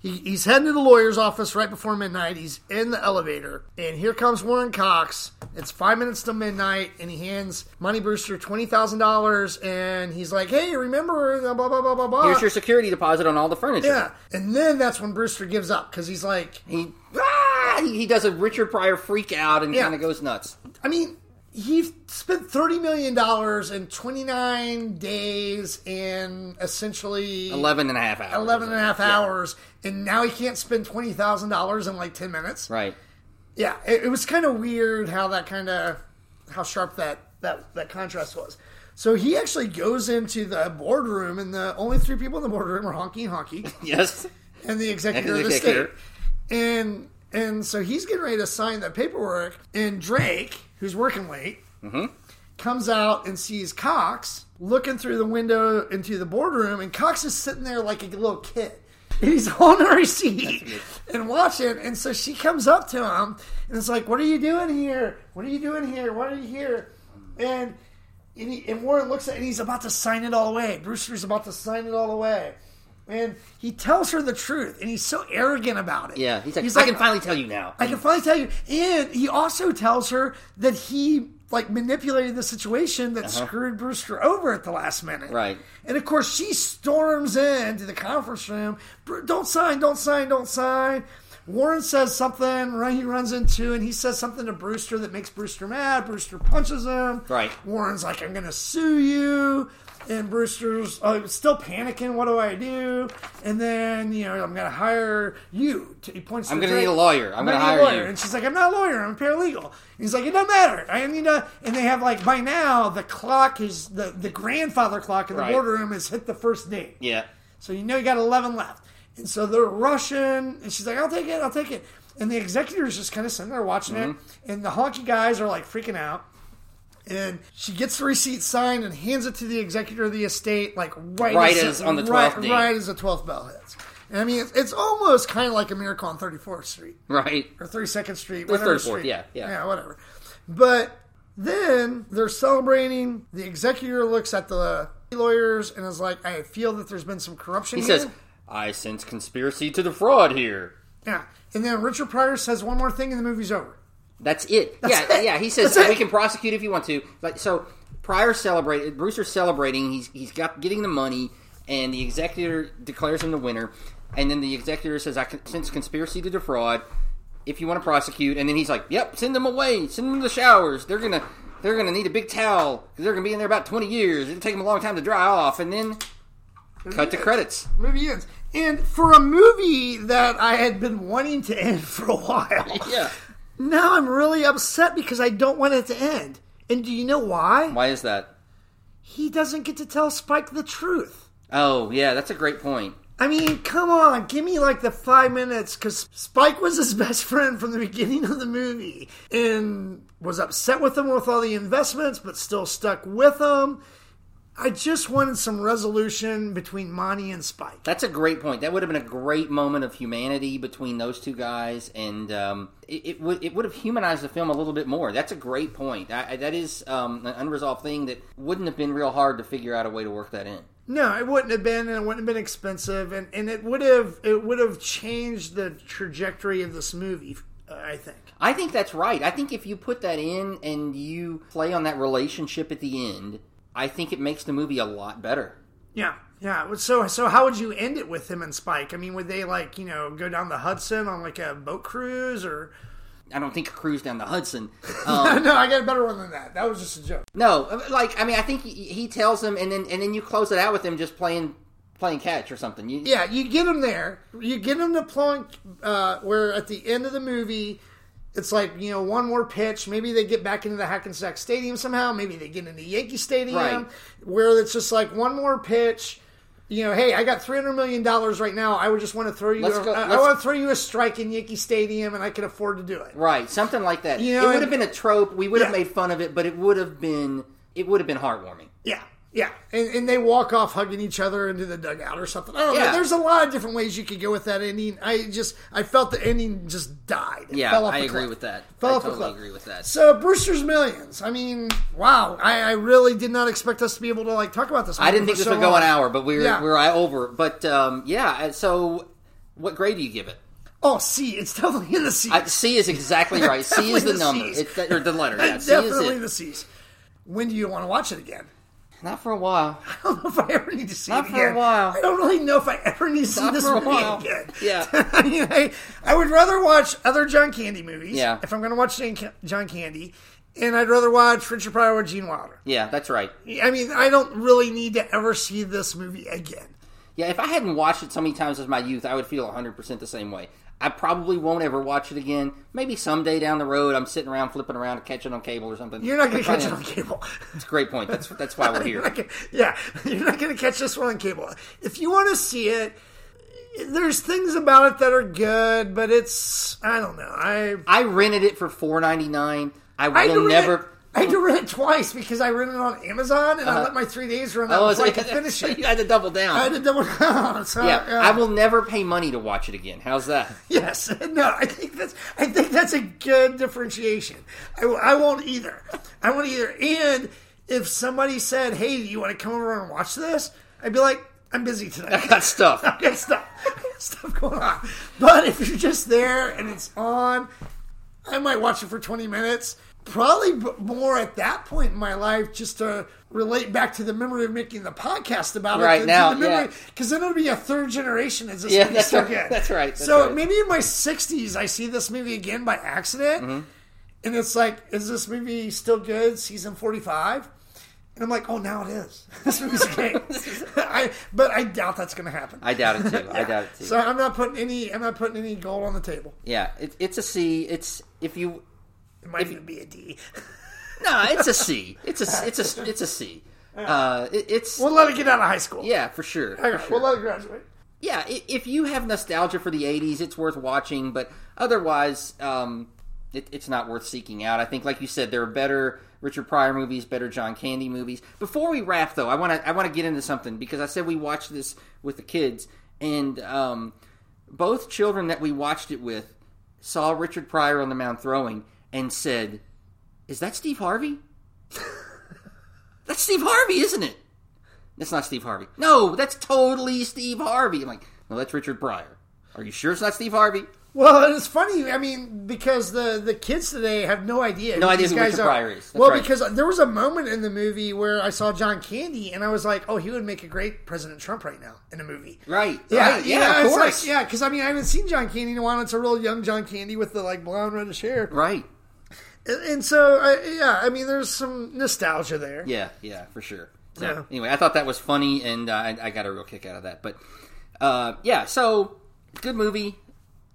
Speaker 2: He, he's heading to the lawyer's office right before midnight. He's in the elevator, and here comes Warren Cox. It's five minutes to midnight, and he hands Money Brewster twenty thousand dollars, and he's like, "Hey, remember blah blah blah blah blah."
Speaker 1: Here's your security deposit on all the furniture.
Speaker 2: yeah, and then that's when Brewster gives up because he's like,
Speaker 1: He, ah, he he does a Richard Pryor freak out and
Speaker 2: Yeah.
Speaker 1: kind of goes nuts.
Speaker 2: I mean, he spent thirty million dollars in twenty nine days and essentially
Speaker 1: 11 and a half hours.
Speaker 2: 11 and a half
Speaker 1: Yeah.
Speaker 2: hours, and now he can't spend twenty thousand dollars in like ten minutes.
Speaker 1: Right.
Speaker 2: Yeah, it, it was kind of weird how that kind of how sharp that that that contrast was. So he actually goes into the boardroom, and the only three people in the boardroom are Honky and Honky
Speaker 1: Yes.
Speaker 2: and the executor
Speaker 1: And
Speaker 2: of
Speaker 1: the
Speaker 2: the state.
Speaker 1: executor.
Speaker 2: And and so he's getting ready to sign the paperwork, and Drake, who's working late, comes out and sees Cox looking through the window into the boardroom, and Cox is sitting there like a little kid. And he's on her seat and watching, and so she comes up to him and it's like, "What are you doing here? What are you doing here? Why are you here?" And and, he, and Warren looks at and he's about to sign it all away. Brewster's about to sign it all away. And he tells her the truth, and he's so arrogant about it.
Speaker 1: Yeah. He's like, I can finally tell you now.
Speaker 2: I can finally tell you. And he also tells her that he like manipulated the situation that screwed Brewster over at the last minute.
Speaker 1: Uh-huh. Right.
Speaker 2: And of course, she storms into the conference room. "Bru- Don't sign, don't sign, don't sign. Warren says something, right? He runs into and he says something to Brewster that makes Brewster mad. Brewster punches him.
Speaker 1: Right.
Speaker 2: Warren's like, I'm going to sue you. And Brewster's uh, still panicking. What do I do? And then, you know, I'm going to hire you. T- He points
Speaker 1: I'm
Speaker 2: to
Speaker 1: going to need
Speaker 2: Drake.
Speaker 1: a lawyer. I'm
Speaker 2: I'm
Speaker 1: going to
Speaker 2: gonna
Speaker 1: hire
Speaker 2: need a lawyer.
Speaker 1: you.
Speaker 2: And she's like, I'm not a lawyer, I'm a paralegal. And he's like, it doesn't matter. I need a and they have like by now the clock is the, the grandfather clock in the
Speaker 1: Right.
Speaker 2: boardroom has hit the first date.
Speaker 1: Yeah.
Speaker 2: So you know you got eleven left. And so they're rushing and she's like, I'll take it, I'll take it. And the executor's just kind of sitting there watching
Speaker 1: Mm-hmm.
Speaker 2: it. And the honky guys are like freaking out. And she gets the receipt signed and hands it to the executor of the estate, like right,
Speaker 1: Right as on the
Speaker 2: right,
Speaker 1: 12th date.
Speaker 2: right as the twelfth bell hits. And I mean, it's, it's almost kind of like a miracle on Thirty Fourth Street
Speaker 1: Right.
Speaker 2: or 32nd Street, whatever
Speaker 1: 34th,
Speaker 2: street.
Speaker 1: yeah, yeah.
Speaker 2: yeah, whatever. But then they're celebrating. The executor looks at the lawyers and is like, "I feel that there's been some corruption."
Speaker 1: He
Speaker 2: here.
Speaker 1: says, I sense conspiracy to the fraud here.
Speaker 2: "Yeah." And then Richard Pryor says one more thing, and the movie's over.
Speaker 1: That's it. yeah,
Speaker 2: it.
Speaker 1: yeah. He says
Speaker 2: That's it.
Speaker 1: we can prosecute if you want to. But so Pryor celebrated. Brewster's celebrating. He's he's got getting the money, and the executor declares him the winner. And then the executor says, "I con- sense conspiracy to defraud. If you want to prosecute," and then he's like, "Yep, send them away. Send them to the showers. They're gonna they're gonna need a big towel because they're gonna be in there about twenty years. It'll take them a long time to dry off." And then cut to credits.
Speaker 2: Movie ends. And for a movie that I had been wanting to end for a while,
Speaker 1: Yeah.
Speaker 2: now I'm really upset because I don't want it to end. And do you know why?
Speaker 1: Why is that?
Speaker 2: He doesn't get to tell Spike the truth.
Speaker 1: Oh, yeah, that's a great point.
Speaker 2: I mean, come on, give me like the five minutes because Spike was his best friend from the beginning of the movie and was upset with him with all the investments, but still stuck with him. I just wanted some resolution between Monty and Spike.
Speaker 1: That's a great point. That would have been a great moment of humanity between those two guys, and um, it, it would it would have humanized the film a little bit more. That's a great point. I, I- that is um, an unresolved thing that wouldn't have been real hard to figure out a way to work that in.
Speaker 2: No, it wouldn't have been, and it wouldn't have been expensive, and, and it would have it would have changed the trajectory of this movie. I think.
Speaker 1: I think that's right. I think if you put that in and you play on that relationship at the end, I think it makes the movie a lot better.
Speaker 2: Yeah, yeah. So, so how would you end it with him and Spike? I mean, would they like you know go down the Hudson on like a boat cruise or?
Speaker 1: I don't think a cruise down the Hudson.
Speaker 2: no, I got a better one than that. That was just a joke.
Speaker 1: No, uh, like I mean, I think he, he tells him, and then and then you close it out with him just playing playing catch or something. You,
Speaker 2: Yeah, you get him there. You get him to Plunk, uh, where at the end of the movie, it's like you know one more pitch. Maybe they get back into the Hackensack Stadium somehow. Maybe they get into Yankee Stadium,
Speaker 1: Right.
Speaker 2: where it's just like one more pitch. you know, hey, I got three hundred million dollars right now. I would just want to throw you.
Speaker 1: Let's
Speaker 2: a-
Speaker 1: go-
Speaker 2: I- I
Speaker 1: let's-
Speaker 2: want to throw you a strike in Yankee Stadium, and I can afford to do it.
Speaker 1: Right, something like that.
Speaker 2: You know,
Speaker 1: it would have
Speaker 2: and-
Speaker 1: been a trope. We would have
Speaker 2: Yeah.
Speaker 1: made fun of it, but it would have been it would have been heartwarming.
Speaker 2: Yeah, yeah, and, and they walk off hugging each other into the dugout or something. I don't know.
Speaker 1: Yeah.
Speaker 2: There's a lot of different ways you could go with that ending. I just I felt the ending just died. It
Speaker 1: Yeah,
Speaker 2: fell off
Speaker 1: I
Speaker 2: the
Speaker 1: agree
Speaker 2: cliff.
Speaker 1: with that.
Speaker 2: Fell
Speaker 1: I
Speaker 2: off the
Speaker 1: totally
Speaker 2: cliff.
Speaker 1: agree with that.
Speaker 2: So Brewster's Millions. I mean, wow! I, I really did not expect us to be able to like talk about this.
Speaker 1: I didn't think this
Speaker 2: for so
Speaker 1: would go
Speaker 2: long.
Speaker 1: an hour, but we were
Speaker 2: Yeah.
Speaker 1: we were over. But um, yeah, so what grade do you give it?
Speaker 2: Oh, C. It's definitely in the C.
Speaker 1: I, C is exactly right. C is
Speaker 2: Definitely
Speaker 1: the
Speaker 2: the
Speaker 1: number.
Speaker 2: C's.
Speaker 1: It's the, or the letter. Yeah, C is
Speaker 2: definitely
Speaker 1: it.
Speaker 2: the C's. When do you want to watch it again?
Speaker 1: Not for a while.
Speaker 2: I don't know if I ever need to see
Speaker 1: Not
Speaker 2: it
Speaker 1: for a
Speaker 2: again.
Speaker 1: while.
Speaker 2: I don't really know if I ever need to see
Speaker 1: Not
Speaker 2: this
Speaker 1: for a
Speaker 2: movie
Speaker 1: while.
Speaker 2: again.
Speaker 1: Yeah.
Speaker 2: I mean, I, I would rather watch other John Candy movies.
Speaker 1: Yeah.
Speaker 2: If I'm going to watch Jane, John Candy, and I'd rather watch Richard Pryor or Gene Wilder.
Speaker 1: Yeah, that's right.
Speaker 2: I mean, I don't really need to ever see this movie again.
Speaker 1: Yeah, if I hadn't watched it so many times as my youth, I would feel 100% the same way. I probably won't ever watch it again. Maybe someday down the road, I'm sitting around flipping around and catching on cable or something.
Speaker 2: You're not going
Speaker 1: I
Speaker 2: to catch
Speaker 1: probably
Speaker 2: it on
Speaker 1: won't.
Speaker 2: cable.
Speaker 1: That's a great point. That's that's why we're
Speaker 2: You're
Speaker 1: here.
Speaker 2: not gonna- yeah, you're not going to catch this one on cable. If you want to see it, there's things about it that are good, but it's I don't know. I
Speaker 1: I rented it for 4.99. I
Speaker 2: I had to
Speaker 1: will
Speaker 2: rent
Speaker 1: never. Uh-huh.
Speaker 2: It, I had to rent it twice because I rented it on Amazon and I let my three days run out
Speaker 1: Oh,
Speaker 2: before
Speaker 1: so-
Speaker 2: I could finish
Speaker 1: so
Speaker 2: it.
Speaker 1: you had to double down.
Speaker 2: I had to double down. So,
Speaker 1: yeah,
Speaker 2: yeah.
Speaker 1: I will never pay money to watch it again. How's that?
Speaker 2: Yes, no. I think that's. I think that's a good differentiation. I, w- I won't either. I won't either. And if somebody said, "Hey, do you want to come over and watch this?" I'd be like, "I'm busy tonight."
Speaker 1: Got stuff.
Speaker 2: got stuff, stuff going on. But if you're just there and it's on, I might watch it for 20 minutes. Probably b- more at that point in my life, just to relate back to the memory of making the podcast about
Speaker 1: Right
Speaker 2: it.
Speaker 1: now, yeah.
Speaker 2: because then it'll be a third generation as this
Speaker 1: Yeah,
Speaker 2: movie
Speaker 1: that's
Speaker 2: still
Speaker 1: right,
Speaker 2: good.
Speaker 1: that's right, that's
Speaker 2: so
Speaker 1: right.
Speaker 2: maybe in my 60s, I see this movie again by accident,
Speaker 1: Mm-hmm.
Speaker 2: and it's like, is this movie still good? Season 45. And I'm like, oh, now it is. this movie's great. I, but I doubt that's going to happen.
Speaker 1: I doubt it too. I doubt it too.
Speaker 2: So I'm not putting any. I'm not putting any gold on the table.
Speaker 1: yeah, it, it's a C. It's if you
Speaker 2: It might even be a D.
Speaker 1: no, it's a C. It's a it's a it's a C. Uh, it, it's
Speaker 2: We'll let it get out of high school.
Speaker 1: yeah for sure.
Speaker 2: All right, we'll let it graduate.
Speaker 1: yeah, i- if you have nostalgia for the '80s, it's worth watching. But otherwise, um, it, it's not worth seeking out. I think, like you said, there are better Richard Pryor movies, better John Candy movies. Before we wrap, though, I want to I want to get into something because I said we watched this with the kids, and um, both children that we watched it with saw Richard Pryor on the mound throwing and said, "Is that Steve Harvey? that's Steve Harvey, isn't it?" That's not Steve Harvey. No, that's totally Steve Harvey. I'm like, no, that's Richard Pryor. Are you sure it's not Steve Harvey?
Speaker 2: Well, and it's funny. I mean, because the the kids today have no idea.
Speaker 1: No
Speaker 2: who
Speaker 1: idea
Speaker 2: these
Speaker 1: who
Speaker 2: guys
Speaker 1: Richard
Speaker 2: are.
Speaker 1: Pryor is. That's
Speaker 2: well,
Speaker 1: right.
Speaker 2: because there was a moment in the movie where I saw John Candy, and I was like, "Oh, he would make a great President Trump right now in a movie."
Speaker 1: Right.
Speaker 2: Yeah,
Speaker 1: right,
Speaker 2: you know,
Speaker 1: yeah, of
Speaker 2: it's like-
Speaker 1: course.
Speaker 2: yeah, because I mean, I haven't seen John Candy in a while. It's a real young John Candy with the like blonde reddish hair,
Speaker 1: Right.
Speaker 2: and, and so I, yeah, I mean, there's some nostalgia there.
Speaker 1: Yeah, yeah, for sure. So,
Speaker 2: Yeah.
Speaker 1: Anyway, I thought that was funny, and uh, I, I got a real kick out of that. But uh, yeah, so good movie.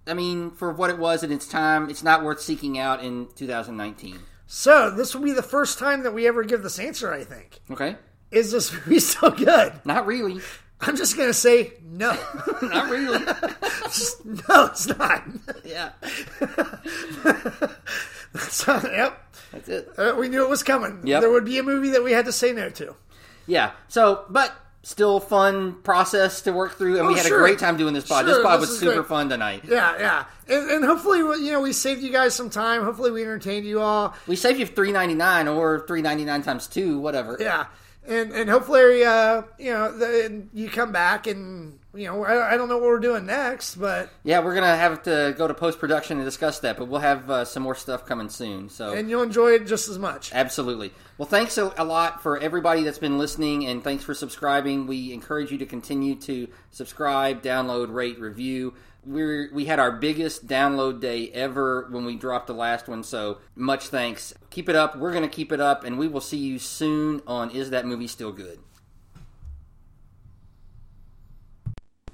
Speaker 1: I mean, for what it was in its time, it's not worth seeking out in 2019.
Speaker 2: So this will be the first time that we ever give this answer. I think
Speaker 1: Okay,
Speaker 2: is this movie still good?
Speaker 1: not really,
Speaker 2: I'm just gonna say no.
Speaker 1: not really.
Speaker 2: Just, no, it's not.
Speaker 1: yeah,
Speaker 2: So, yep,
Speaker 1: that's it.
Speaker 2: Uh, we knew it was coming.
Speaker 1: Yep.
Speaker 2: There would be a movie that we had to say no to.
Speaker 1: Yeah. So, but still fun process to work through, and we
Speaker 2: Oh,
Speaker 1: had
Speaker 2: sure.
Speaker 1: a great time doing this pod.
Speaker 2: Sure,
Speaker 1: this pod
Speaker 2: this
Speaker 1: was
Speaker 2: is
Speaker 1: super
Speaker 2: great.
Speaker 1: fun tonight.
Speaker 2: Yeah, yeah, and, and hopefully, you know, we saved you guys some time. Hopefully, we entertained you all.
Speaker 1: We saved you three ninety nine or three ninety nine times two, whatever.
Speaker 2: Yeah, and and hopefully, uh, you know, the, and you come back and you know, I, I don't know what we're doing next, but
Speaker 1: Yeah, we're gonna have to go to post production and discuss that, but we'll have uh, some more stuff coming soon. So
Speaker 2: and you'll enjoy it just as much.
Speaker 1: Absolutely. Well, thanks a, a lot for everybody that's been listening, and thanks for subscribing. We encourage you to continue to subscribe, download, rate, review. We're, we had our biggest download day ever when we dropped the last one, so much thanks. Keep it up. We're going to keep it up, and we will see you soon on Is That Movie Still Good?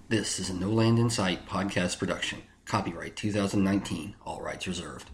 Speaker 1: This is a No Land in Sight podcast production. Copyright 2019, all rights reserved.